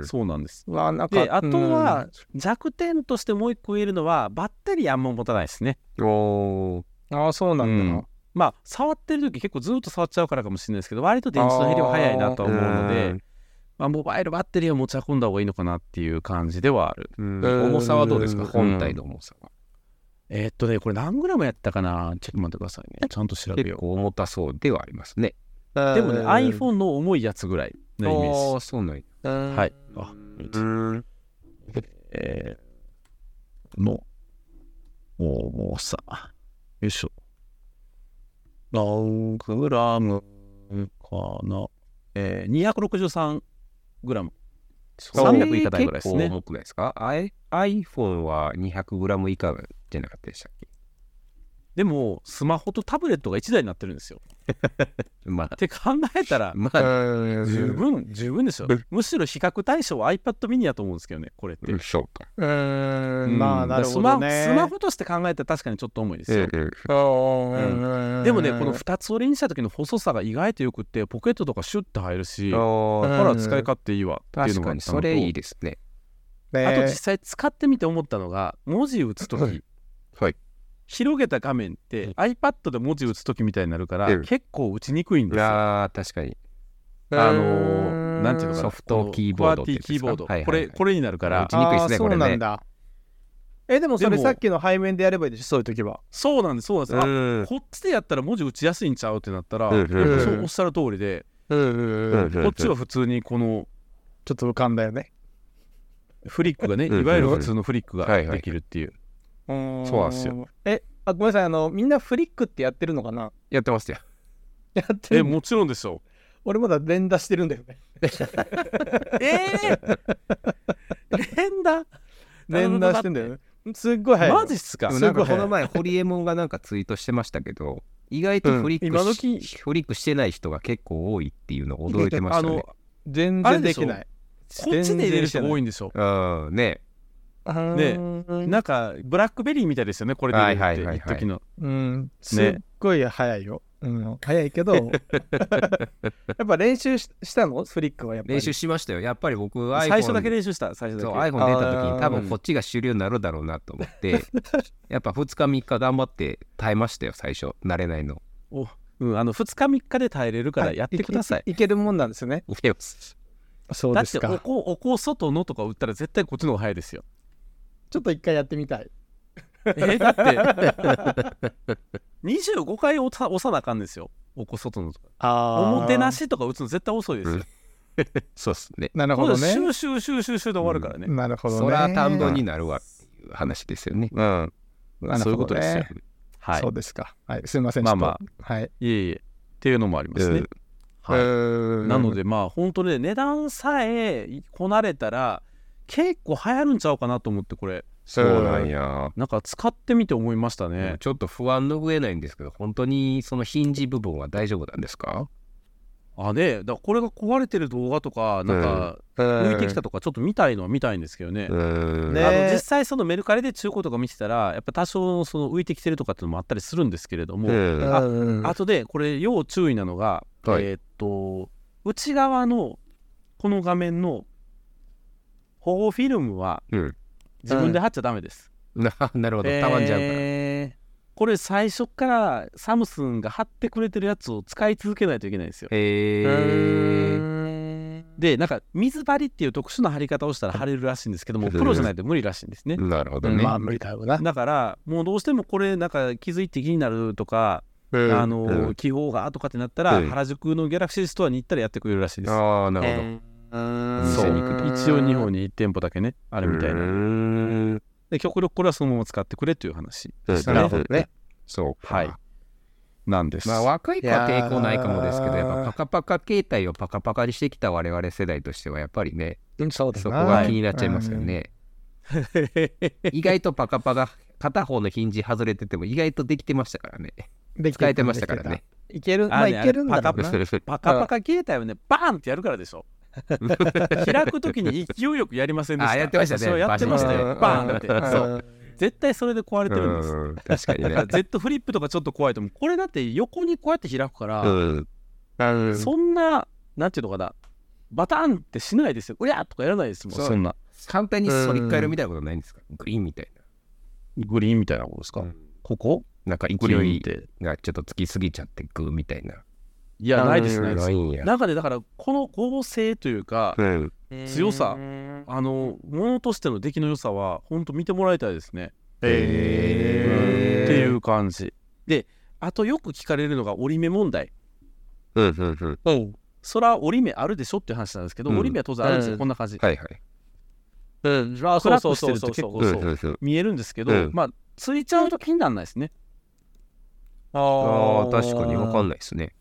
D: ん
B: そうなんです。
C: わなんか
B: で、あとは、弱点としてもう一個言えるのは、バッテリーあんま持たないですね。
D: おー
C: うんああ、そうな
B: うんん
C: だ。
B: まあ、触ってる時結構ずっと触っちゃうからかもしれないですけど、割と電池の減りは早いなとは思うの
D: う
B: で
D: ん、
B: まあ、モバイルバッテリーを持ち運んだ方がいいのかなっていう感じではある。
D: うん
C: うん
D: 重さはどうですか
B: うん
D: 本体の重さは。
B: えーっとね、これ何グラムやったかなちょっと待ってくださいね。ちゃんと調べ
D: 結
B: よ
D: 構重たそうではありますね。
B: う。
C: で
B: でもね、iPhone の重いやつぐらいのイメージ。
D: あ、そうなんや。
B: はい。あ、
D: うん
B: えー、の重さ。よいしょ。何グラムかな。えー、263グラム。300以下台ぐらいです
D: 結構
B: ね。
D: 重くないですかあい ?iPhone は 200g 以下じゃなかったでしたっけ
B: でもスマホとタブレットが1台になってるんですよ。
D: <laughs> まあ
B: っ、て考えたら
D: まあ、
C: うん
B: 十分十分でしょ
D: うん。
B: むしろ比較対象は iPad mini だと思うんですけどねこれって。
D: うんそうか。
C: うー
D: うん
C: ん、まあ、なるほどね。
B: スマスマホとして考えたら確かにちょっと重いですよ。
D: ええ
C: うん
B: でもね、この2つ折りにした時の細さが意外とよくって、ポケットとかシュッて入るし、だ
D: ああ
C: ー
B: から使い勝手いいわっていう
D: 確
B: のが
D: か
B: あっ
D: に
B: た
D: そ
B: のと
D: れいいですね。
C: ね
B: あと実際使ってみて思ったのが、文字打つ
D: は
B: 時
D: い <laughs> はい。
B: 広げた画面って
D: うん
B: iPad で文字打つ時みたいになるか
D: え
B: ら、
D: え
B: 結構打ちにくいんですよ。あ
D: ああ、確かに。
B: のー、なんていうのかな、
D: ソフトキーボード
B: こ
D: って
B: の
D: や
B: ク
D: つ
B: ワーティキー
D: です
B: ボ
D: か
B: ード、
D: はいはいはい
B: これ、これになるから
D: 打ち、にくいですね
C: あー
D: こ
C: そ
D: れね
C: うなんだ。え、でもそ
B: で
C: れ
B: も
C: さっきの背面でやればいいでしょ、そういう時は。
B: そうなんです、そうなんです。あ
D: ん。
B: こっちでやったら文字打ちやすいんちゃうってなったら、
D: うんうん
B: そうおっしゃる通りで、
C: うん
B: こっちは普通にこの
C: ちょっと浮かんだよね。
B: フリックがね、い
D: うん
B: わゆる普通のフリック
D: うんはい
B: が
D: はい
B: できるっていう。
C: そう
B: そうなんす
C: よ。え、あごめんなさい、あの、みんなフリックってやってるのかな <laughs>
D: やってますよ。
C: やって
B: え、
C: る。
B: もちろんですよ。
C: 俺まだ連打してるんだよね。
B: えー、連打
C: 連打してんだよね。すっごい早いよ。
B: マジっすか
D: でも
C: す
D: な
C: ごい
D: んかこの前、ホリエモンがなんかツイートしてましたけど、意外とフリックし、
C: うん今時
D: フリックしてない人が結構多いっていうのを驚いてま
B: あ
D: したね
B: の。、
C: 全
B: あれ
C: 然
B: で
C: で
B: しょ
C: きない。
B: こっちで入れる人が多いんでしょ。
D: うん、ね。
B: ね
C: ね
B: なんか、ブラックベリーみたいですよね、これで入れるって、一時の。
C: うん、すっごい早いよ。うん、早いけど、やっぱ練習ししたのフリックはやっぱり。
D: 練習しましたよ。やっぱり僕、iPhone
B: 最初だけ練習した、最初
D: そう
B: だ
D: iPhone 出た時
C: あー
D: に多分こっちが主流になるだろうなと思って
B: <laughs>
D: やっぱ2日3日頑張って耐えましたよ最初慣れな
B: <laughs>
D: いの
B: け。うん、あの、2日3日で耐えれるからやってください。
C: い。いけるもんなんですよね。
D: でも
C: そう
B: だ
C: で
B: っ
C: す
B: てお
C: か。
B: こ、おこ、外のとか打ったら絶対こっちの方が早いですよ。
C: ちょっと一回やってみたい。
B: えだって、25回押さ押さなあかんですよ。おこ、外のとか。
C: あ
B: おもてな。しとか打つの絶対遅いですよ。
D: そうっすね
C: なる
B: こ
C: ほ
B: れ
C: ど
B: シュ
C: ね。
B: ーシューシューシューシューで終わるからね。
C: なるほどね。
D: そら田んぼになるわっていう話ですよねうん
C: なるほどね
B: そういうことですよ。はい
C: そう。ですか。はい。すみません。
B: まあま
C: あ。はい。
B: いえいえ。っていうのもありますね。はい。な
C: な
B: の、でまあ本当ね値段さえこなれたら結構流行るんちゃうかなと思ってこれ
D: そうなんや
B: なんか使ってみて思いました
D: で
B: ね
D: も。ちょっと不安の増えないんですけど本当にそのヒンジ部分は大丈夫なんですか
B: あねだからこれが壊れてる動画とかなんか浮いてきたとかちょっと見たいのは見たいんですけどね。
D: うん
C: ね
B: あの
C: えー
B: 実際そのメルカリで中古とか見てたらやっぱ多少のその浮いてきてるとかっていうのもあったりするんですけれども、
D: うん
B: あ
C: うん
B: あとでこれ要注意なのが、
D: はい
B: えーっと内側のこの画面の保護フィルムは
D: うん
B: 自分で貼っちゃダメです。
D: ななるほどたまんじゃうから
B: えーこれ最初からサムスンが貼ってくれてるやつを使い続けないといけないんですよ。
D: へー
B: でなんか水張りっていう特殊な貼り方をしたら貼れるらしいんですけ
D: <laughs>
B: どもプロじゃないと無理らしいんですね。
D: なるほど
C: うん
D: ね
C: まあ無理だろうな。
B: <laughs> だからもうどうしてもこれなんか気づいて気になるとか、あ
D: う
B: の
D: ん
B: 気泡がとかってなったら、
D: うん
B: 原宿のギャラクシーストアに行ったらやってくれるらしいです。
D: ああなるほど
C: ほ
D: ど
B: そう
D: 店に行く
B: 一応日本に1店舗だけねあ
D: あ
B: るみたいなで極力これはそのまま使ってくれという話
D: うん
C: なるほどね。
D: そうか
B: はいなんです、
D: まあ若い子は抵抗ないかもですけど
C: いや
D: や
C: ー
D: っぱパカパカ携帯をパカパカにしてきた我々世代としてはやっぱりね
C: うんそうだな
D: そこが気になっちゃいますよ。ね、意外とパカパカ片方のヒンジ外れてても意外とできてましたからね
C: でき
D: 使えてましたからね。
C: いける、
B: あ
C: まあ
B: ね
C: いけるんだろ
B: あ
C: う
B: れ
C: な。
B: <laughs> パカパカ携帯はねバーンってやるからでしょ開くときに勢いよくやりませんでした
D: あやってましたね
B: 私はやってましたよバ
D: バ
B: ーン
D: シ
B: って
D: ンて
B: そう
C: う
B: 絶対それで壊れてるんです
D: うん確かに
B: だか
D: ね
B: ら Z フリップとかちょっと怖いと思うこれだって横にこうやって開くから、
D: <laughs> うん
C: ん。
B: そんななんていうのかなバタンってしないですようやーとかやらないですもん
D: そう
B: そんな
D: 簡単に反り返るみたいなことないんですかグリーンみたい
B: グリーンみたいなことですか、
D: な、
B: ここ
D: なんか
B: グリ
D: 勢
B: ーンっ
D: い
B: て
D: がちょっとつきすぎちゃってグーみたいない
B: やないですないです
D: ないんや
B: なんかねだからこの合成というか、
D: うん
B: 強さあのものとしての出来の良さは本当見てもらいたいですね、っ
D: へー
B: ていう感じであとよく聞かれるのが折り目問題
D: うんうんうん
B: そら折り目あるでしょっていう話なんですけど、
D: うん
B: 折り目は当然あるんですよ、
C: うん
B: こんな感じ、
D: はいはい
C: うん。あ
B: 暗くしてると結構
D: う
B: そ
D: ん
B: う
D: うんうん
B: 見えるんですけど、
D: うん
B: まあついちゃうと気にならないですね
D: ああ
C: あ
D: 確かにわかん
C: ない。
D: ないですね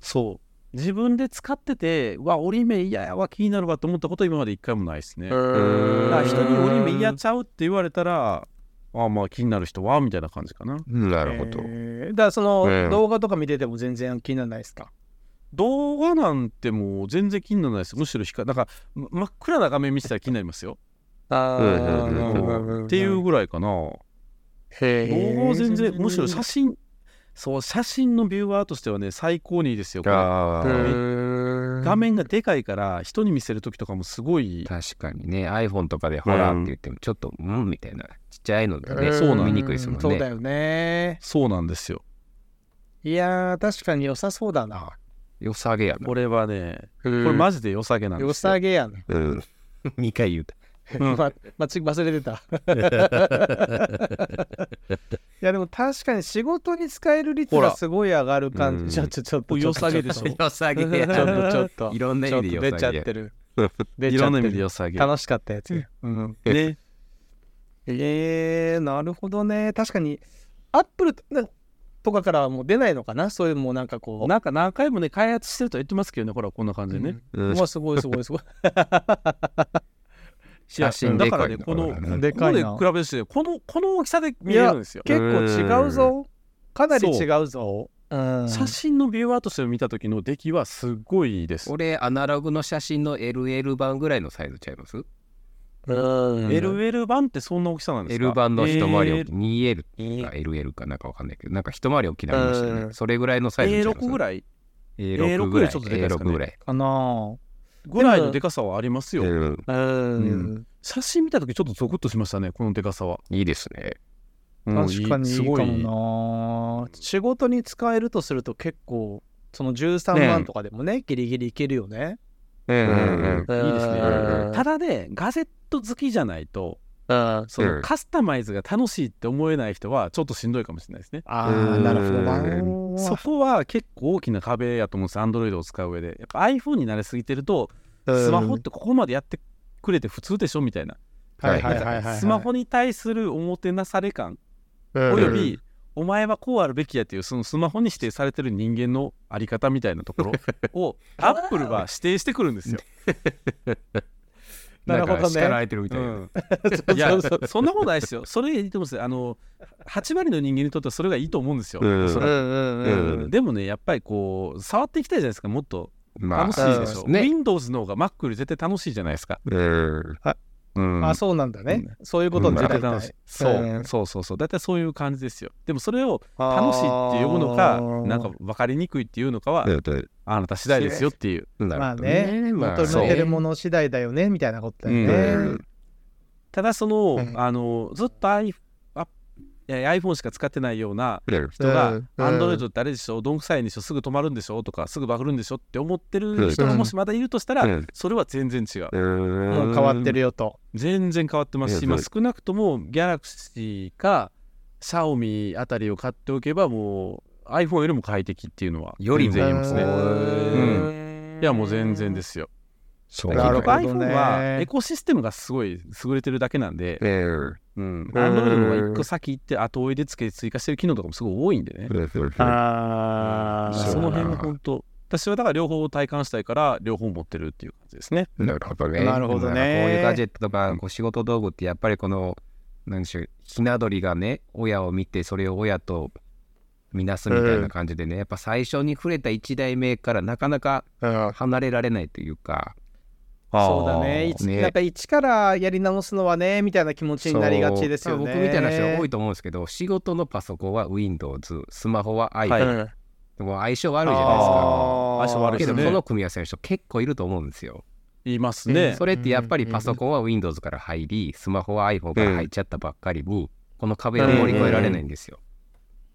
B: そう自分で使っててうわ折り目嫌やわ気になるわと思ったことは今まで一回もないですね、
C: うん
B: だから人に折り目嫌ちゃうって言われたらああまあ気になる人はみたいな感じかな。
D: なるほど。
C: えーだからその、
D: うん
C: 動画とか見てても全然気にならないですか。
B: 動画なんてもう全然気にならないです。むしろ光なんかま真っ暗な画面見てたら気になりま
C: <laughs>
B: すよ。
C: あ
D: ーうんうん
B: うんっていうぐらいかな。動
D: へえ。
B: 画は全然むしろ写真そう写真のビューワーとしてはね最高にいいですよ。これ
D: あー
B: 画面がでかいから人に見せる時とかもすごい
D: 確かにね、iPhone とかでほらって言っても、ちょっと、うんみたいな、ちっちゃいのでね、
B: そうなん
D: 見にくいですもんね。
C: そうだよね。
B: そうなんですよ。
C: いやー、確かに良さそうだな。
D: 良さげやな。
B: これはね
D: こ
B: これマジで良さげなんですよ。
C: 良さげやな。
D: うん。2回言うた。
B: うん
C: <laughs> ま、まち忘れて
B: <laughs>
C: た。いや、でも確かに仕事に使える率
B: ほ
C: が
B: ら
C: すごい上がる
D: う
C: 感
D: ん
C: じ。ちょっと <laughs> ちょっと。
B: 良さげでしょ
D: 良さげや
C: ちょっとちょっと。
D: いろんな意
C: ちょっ
D: 味で
C: と
D: 良
C: 出ちゃ
D: さ
C: っ
D: げや
C: て。る。出ち
B: い
C: ゃ
B: ろ
C: っ
B: んな
C: て
B: 意味で
C: る。
B: 良さげ。
C: 楽しかったやつ。うん
B: ね。
C: えー、なるほどね。確かに、アップルとかからはもう出ないのかなそういうもうなんかこう。
B: なんか何回もね開発してると言ってますけどねほらこんな感じでね。
D: うん
C: まあすごいすごいすごい。
B: いや
D: 写真
B: だ
D: で
B: か
D: から
B: ね
D: いな
B: この
D: これね
C: でかいな
B: ここで比べしてこのこの大きさで見えるんですよ。
C: 結構違うぞ。かなり違うぞ。うん
B: 写真のビューワーとして見た時の出来はすごいいいです。
D: 俺、アナログの写真の LL 版ぐらいのサイズちゃいます
C: うん
B: LL 版ってそんな大きさなんですか
D: ?L 版の一回り大
B: え
D: きい。2L
B: ー
D: か LL かなんかわかんないけど、なんか一回り大きなりました
C: う
D: ね。
C: ん
D: それぐらいのサイズ
B: A6 ぐ
D: らい
B: らい
D: ?A6 ぐらい。
B: A6 よりちょっとでかいですかね
D: A6 ぐらい。
C: かな
B: ぐらいのでかさはありますよ。
D: うん
C: うん。
B: 写真見た時ちょっとゾクッとしましたねこのでかさは。
D: いいですね。
B: うん
C: 確かにいい
B: す
C: か
B: ご
C: もな。仕事に使えるとすると結構、その13万とかでもね、ギリギリいけるよね。
D: うん
B: うんいいですね
D: うん
B: ただねガジェット好きじゃないと
C: あ
B: そのカスタマイズが楽しいって思えない人はちょっとしんどいかもしれないですね。
C: あー、なるほどな。
B: そこは結構大きな壁やと思うんですアンドロイドを使う上で。やっぱ iPhone に慣れすぎてると、スマホってここまでやってくれて普通でしょみたいな。
C: はいはいはいはい。
B: スマホに対するおもてなされ感、および、お前はこうあるべきやっていう、そのスマホに指定されてる人間のあり方みたいなところ
C: <laughs>
B: を、アップルは指定してくるんですよ。
C: なるほどね
D: んか叱られてるみたいな。
B: いや、そんなことないですよ。それいいと思うんですよ。あの、8割の人間にとってはそれがいいと思うんですよ。
D: うん
B: おそらく
D: うん
B: でもね、やっぱりこう、触っていきたいじゃないですか、もっと。
D: ま
B: 楽しいでし
D: そ
B: ょ、
D: うね
B: Windows の方が Mac より絶対楽しいじゃないですか。
D: うん
B: うん
C: あ、そうなんだね。そういうことに
B: 絶
C: 絶
B: 対
C: 対
B: 楽
C: 楽
B: しい
C: し。
B: そう
C: う、ん
B: そうそうそう。だいたいそういう感じですよ。でもそれを楽しいって呼ぶのか、なんか分かりにくいっていうのかは、あなた次第ですよっていう。
D: なる
C: まあ
D: ほどね
C: ね、
D: まあ
C: 元に
D: そう
C: 出るもの次第だよね、みたいなことだよ
B: う
C: ね。
B: ただその、
C: うん
B: あの、ずっと i あえー iPhone しか使ってないような人
C: う
B: が
C: ん、
B: アンドロイドってあれでしょ、どんくさいんでしょ、すぐ止まるんでしょとか、すぐバグるんでしょって思ってる人がもしまだいるとしたら、
D: うん
B: それは全然違う。
C: もう変わってるよと。
B: 全然変わってますし、
D: い
B: まあ、
D: やそ
B: 少なくとも Galaxy か Xiaomi あたりを買っておけばもう iPhone よりも快適っていうのは
D: よりも
B: 全然言います
D: へ
B: ね。
D: ー
C: うん
B: いやもう全然ですよ。
D: そう
C: なるほど
B: iPhone は
C: ね
B: エコシステムがすごい優れてるだけなんで、
D: うん
B: うん、Android の方が1個先行って後追いで付け追加してる機能とかもすごい多いんでね。
C: あー
B: そ
D: そう
B: の
D: だな
B: 辺が本当私はだから両方を体感したいから両方持ってるっていう感じですね。
D: なるほどね。
C: なるほどね
D: だからこういうガジェットとか、こう仕事道具ってやっぱりこの、なんでしょう、ひな鳥がね、親を見て、それを親とみなすみたいな感じでね、やっぱ最初に触れた1代目からなかなか離れられないというか、
C: そうだねいつ
D: ね
C: なんか一からやり直すのはねみたいな気持ちになりがちですよね
D: そう僕みたいな人多い
C: と
D: と思うんですけど、仕事のパソコンは Windows、スマホは iPhone、
B: はい
C: うん
D: もう相性悪いじゃないですか。
C: あー
B: 相性悪
D: だ
B: い
D: け
B: です
D: ど、
B: ね
D: この組み合わせの人結構いると思うんですよ。
B: 言います
C: う
B: ね
C: ん。
D: それってやっぱりパソコンは Windows から入り、スマホは iPhone から入っちゃったばっかりに、この壁を乗り越えられないんですよ。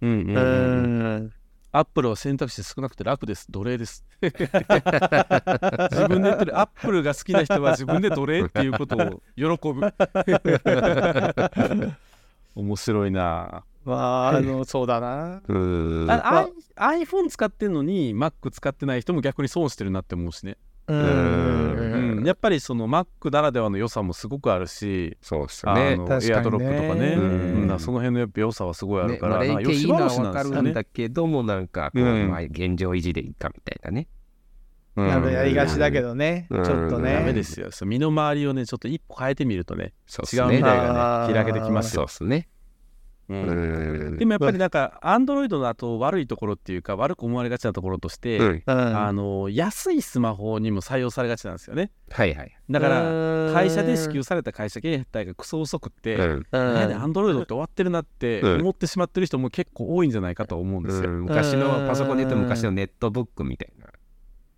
B: うんうん
C: う
B: うん
C: ん
B: アップルは選択肢少なくて楽です。奴隷です。自分で言ってるアップルが好きな人は自分で奴隷っていうことを喜ぶ。面白いな
C: まああのそうだな
B: あ、あ iPhone 使ってるのに Mac 使ってない人も逆に損してるなって <laughs> 思うしね、
C: うん
B: うん、やっぱりその Mac ならではの良さもすごくあるし、
D: そうっす
B: あ
D: ね。
B: の
C: 確
B: エ
C: か
B: ア
C: にね
B: ドロップとかね、
C: うん
B: うんその辺のやっぱ良さはすごいある
D: ね
B: か
D: ま
B: ら、
D: あ、連
B: な
D: 携いい
B: 吉
D: の
B: 原
D: は
B: 市なん
D: わ
B: で
D: か
B: す
D: る
B: よ
D: ん
B: ね
D: だけども、なんかこう、
B: うん
D: まあ、現状維持でいいかみたいなね。
C: なんかやりがちだけどねち
D: うん
C: ょっと
D: うん
B: ダメ
C: ね
B: ですよそう身の回りをねちょっと一歩変えてみるとね
D: そうっす
B: 違う未
D: ね。
B: 来がね
C: あー
B: 開けてきます
D: そう
B: よ
D: っすね。
B: うん
D: うん
B: でもやっぱりなんか、アンドロイドだと悪いところっていうか、悪く思われがちなところとして、
D: うん
B: あの安いスマホにも採用されがちなんですよね。
D: はいはい。
B: だから、
C: ら
B: 会社で支給された会社経済がクソ遅くって、
D: うん
B: なんでアンドロイドって終わってるなって
D: うん
B: 思ってしまってる人も結構多いんじゃないかと思うんですよ。
D: うん昔のパソコンで言うと昔のネットブックみたいな。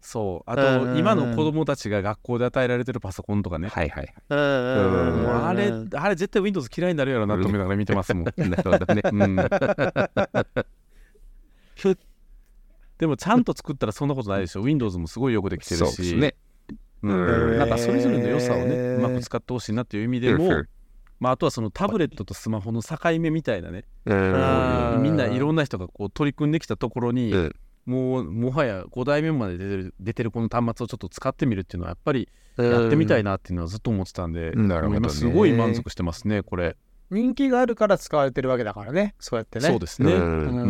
B: そうあ
C: う
B: と
C: ん
B: 今の子供たちが学校で与えられてるパソコンとかね、
D: はいはい。
B: もうあれあれ絶対 Windows 嫌いになるやろなと思いながら見てますもん。
D: なるほどね。
B: <laughs> うんでもちゃんと作ったらそんなことないでしょ Windows もすごいよくできて
D: <laughs> そ
B: る
D: うです
B: し、
D: ね。
B: う、
D: うんん
B: なんかそれぞれの良さをね、
C: えー
B: うまく使ってほしいなっていう意味でも、
D: うん
B: まあ、あとはそのタブレットとスマホの境目みたいなね
C: あー
B: みんないろんな人がこう取り組んできたところに、
D: うん
B: もうもはや5代目まで出てる出てるこの端末をちょっと使ってみるっていうのはやっぱりやってみたいなっていうのはずっと思ってたんで、
D: うんなるほどね
B: もう今すごい満足してますねこれ、
C: 人気があるから使われてるわけだからねそうやってね
B: そうですね、
D: うん
C: う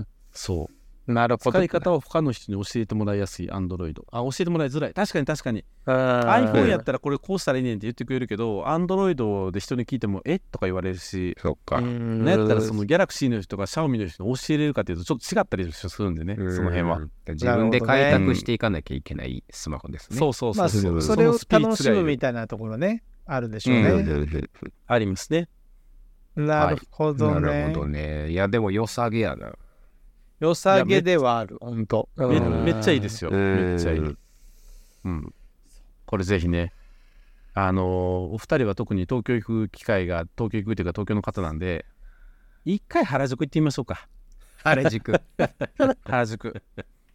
C: ん
B: そう
C: なるほど
B: 使い方を他の人に教えてもらいやすい Android あ教えてもらいづらい確かに確かに
C: うん
B: iPhone やったらこれこうしたらいいねんって言ってくれるけど Android で人に聞いてもえとか言われるし
D: そっか。
C: うん
B: なんやったらその Galaxy の人が Xiaomi の人に教えれるかっていうとちょっと違ったりするんでね
D: うん
B: その辺は。
D: 自分で開拓していかなきゃいけないスマホですね。
B: そうそう
C: ま
B: そ
C: あ
B: うう、
D: まあ
C: それを楽しむみ
B: たい
C: たいなところねあるでしょう
D: うん
C: ね、
B: ありますね。
C: なるほどね、
D: なるほどね。いや、でも良さげやな。
C: 良さげではあるほんと
B: め
D: うん
B: めっちゃいいですよ。めっちゃいい。
D: うん。
B: これぜひね、あのーお二人は特に東京行く機会が、東京行くというか東京の方なんで、一回原宿行ってみましょうか。
D: 原 <laughs> 宿。
B: 原
D: <laughs>
B: 宿。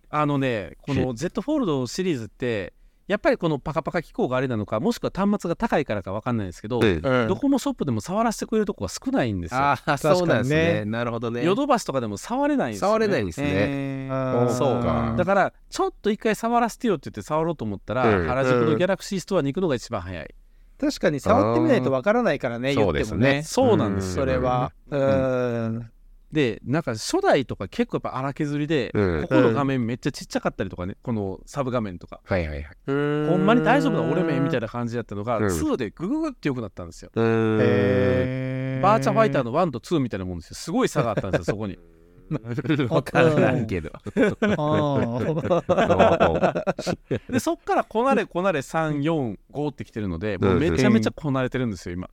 B: あのね、この Z フォールドシリーズって、やっぱりこのパカパカ機構があれなのか、もしくは端末が高いからかわかんないですけど、
C: うん
B: ドコモショップでも触らせてくれるとこが少ないんですよ。
D: ああ、そうなんです
C: 確か
D: ね。
C: に
D: なるほどね。
B: ヨドバシとかでも触れないんですよ、ね。
D: 触れないんですね。
C: あー
B: そう
D: か
B: だからちょっと一回触らせてよって言って触ろうと思ったら、
D: うん
B: 原宿のギャラクシーストアに行くのが一番早い、
C: 確かに触ってみないとわからないからね、言
D: そ
C: っ
D: うで
C: て
D: す
C: も
D: ね。
C: ね。
B: そうなんです
C: それは。うーん。
B: でなんか初代とか結構やっぱ荒削りで、
D: うん
B: ここの画面めっちゃちっちゃかったりとかねこのサブ画面とか、
D: はいはいはい。
C: ほ
B: ほんまに大丈夫だ俺めみたい
C: な。
B: な感じだったのが、
D: うん
B: 2でグググって良くなったんですよ、
C: へ
B: バーチャファイターの1と2みたいなもんですよすごい差があったんですよそ
D: <laughs>
B: こに
D: わからないけど。
B: <laughs>
C: <laughs>
B: でそっからこなれこなれ345ってきてるのでもうめちゃめちゃこなれてるんですよ今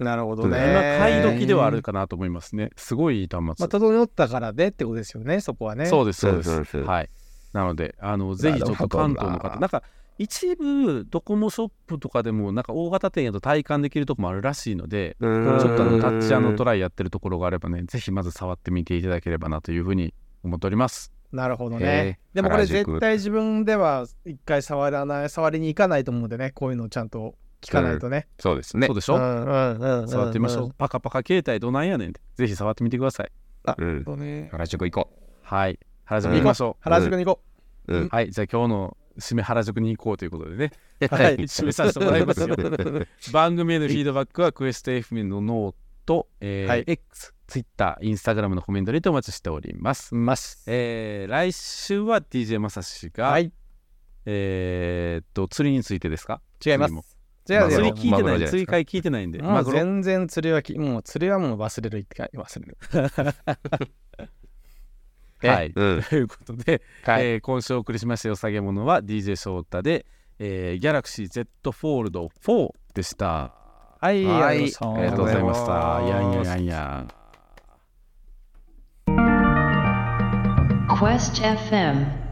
C: なるほどね。
B: 今買い
D: 今
B: 時ではある。かなと思いますねすごいいい端末、
C: まあ、整ったからでってことですよね、そこはね。
B: そうです、そうで
D: そうです
B: す。
D: そうです
B: はい。なので、あの、ぜひちょっと関東の
D: なるほど
B: 方、
D: な
B: なんか、一部、ドコモショップとかでも、なんか、大型店やと体感できるとこもあるらしいので、
D: ち
B: ちょ
D: ょ
B: っとあのタッチのトライやってるところがあればね、ぜひまず触ってみていただければなというふうに思っております。
C: なるほど
D: へ
C: ね。
D: ー
C: でもこれ
D: 原宿
C: 絶対自分では一回触らない、触りに行かないと思うんでね、こういうのをちゃんと聞かないとね。
D: そうですね
B: そう。でし
C: う
B: ょ、
C: んうんうんうん
B: 触ってみましょう。。パカパカ携帯どないやねんって、ぜひ触ってみてください。
D: うん
C: そうね
D: 原宿行こ
B: はい。原宿行きましょ
C: 原宿に行こ
D: う。うん
B: う。はい。じゃあ、今日の締め原宿に行こうということでね、
D: は
B: はい、締めさせてもらいますよ。番組へのフィードバックはクエスト FM のノート、えー
C: はい
B: X、Twitter、Instagram のコメントにてお待ちしております。
C: う。ます。
B: えー来週は DJ まさしが、
C: はい、
B: えーっと釣りについてですか
C: 違います
B: 釣りも。
C: じゃあ、
D: まあ
C: じゃ
B: 釣
C: あ
B: り聞いて
D: マグロじゃな
B: ないい
D: ですか
B: 釣り会聞いてないんで
C: も
B: マ
C: う
B: グロ
C: 全然釣りはき、もう釣りはもう忘れる一回忘れる。然
B: はい、
D: うん。
B: <laughs> ということで、
C: はい。
B: えー今週お送りしましたよさげものは DJ 翔太で、えー、Galaxy Z Fold 4でした
C: はい、あ
D: はい
C: りがとうございます
B: ありがとうございまし
D: あ
B: た
D: り
B: い
D: が
B: や
D: とう
B: い
D: ござい
B: や
D: ま
B: い
D: す
B: やい
A: Quest
B: や
A: FM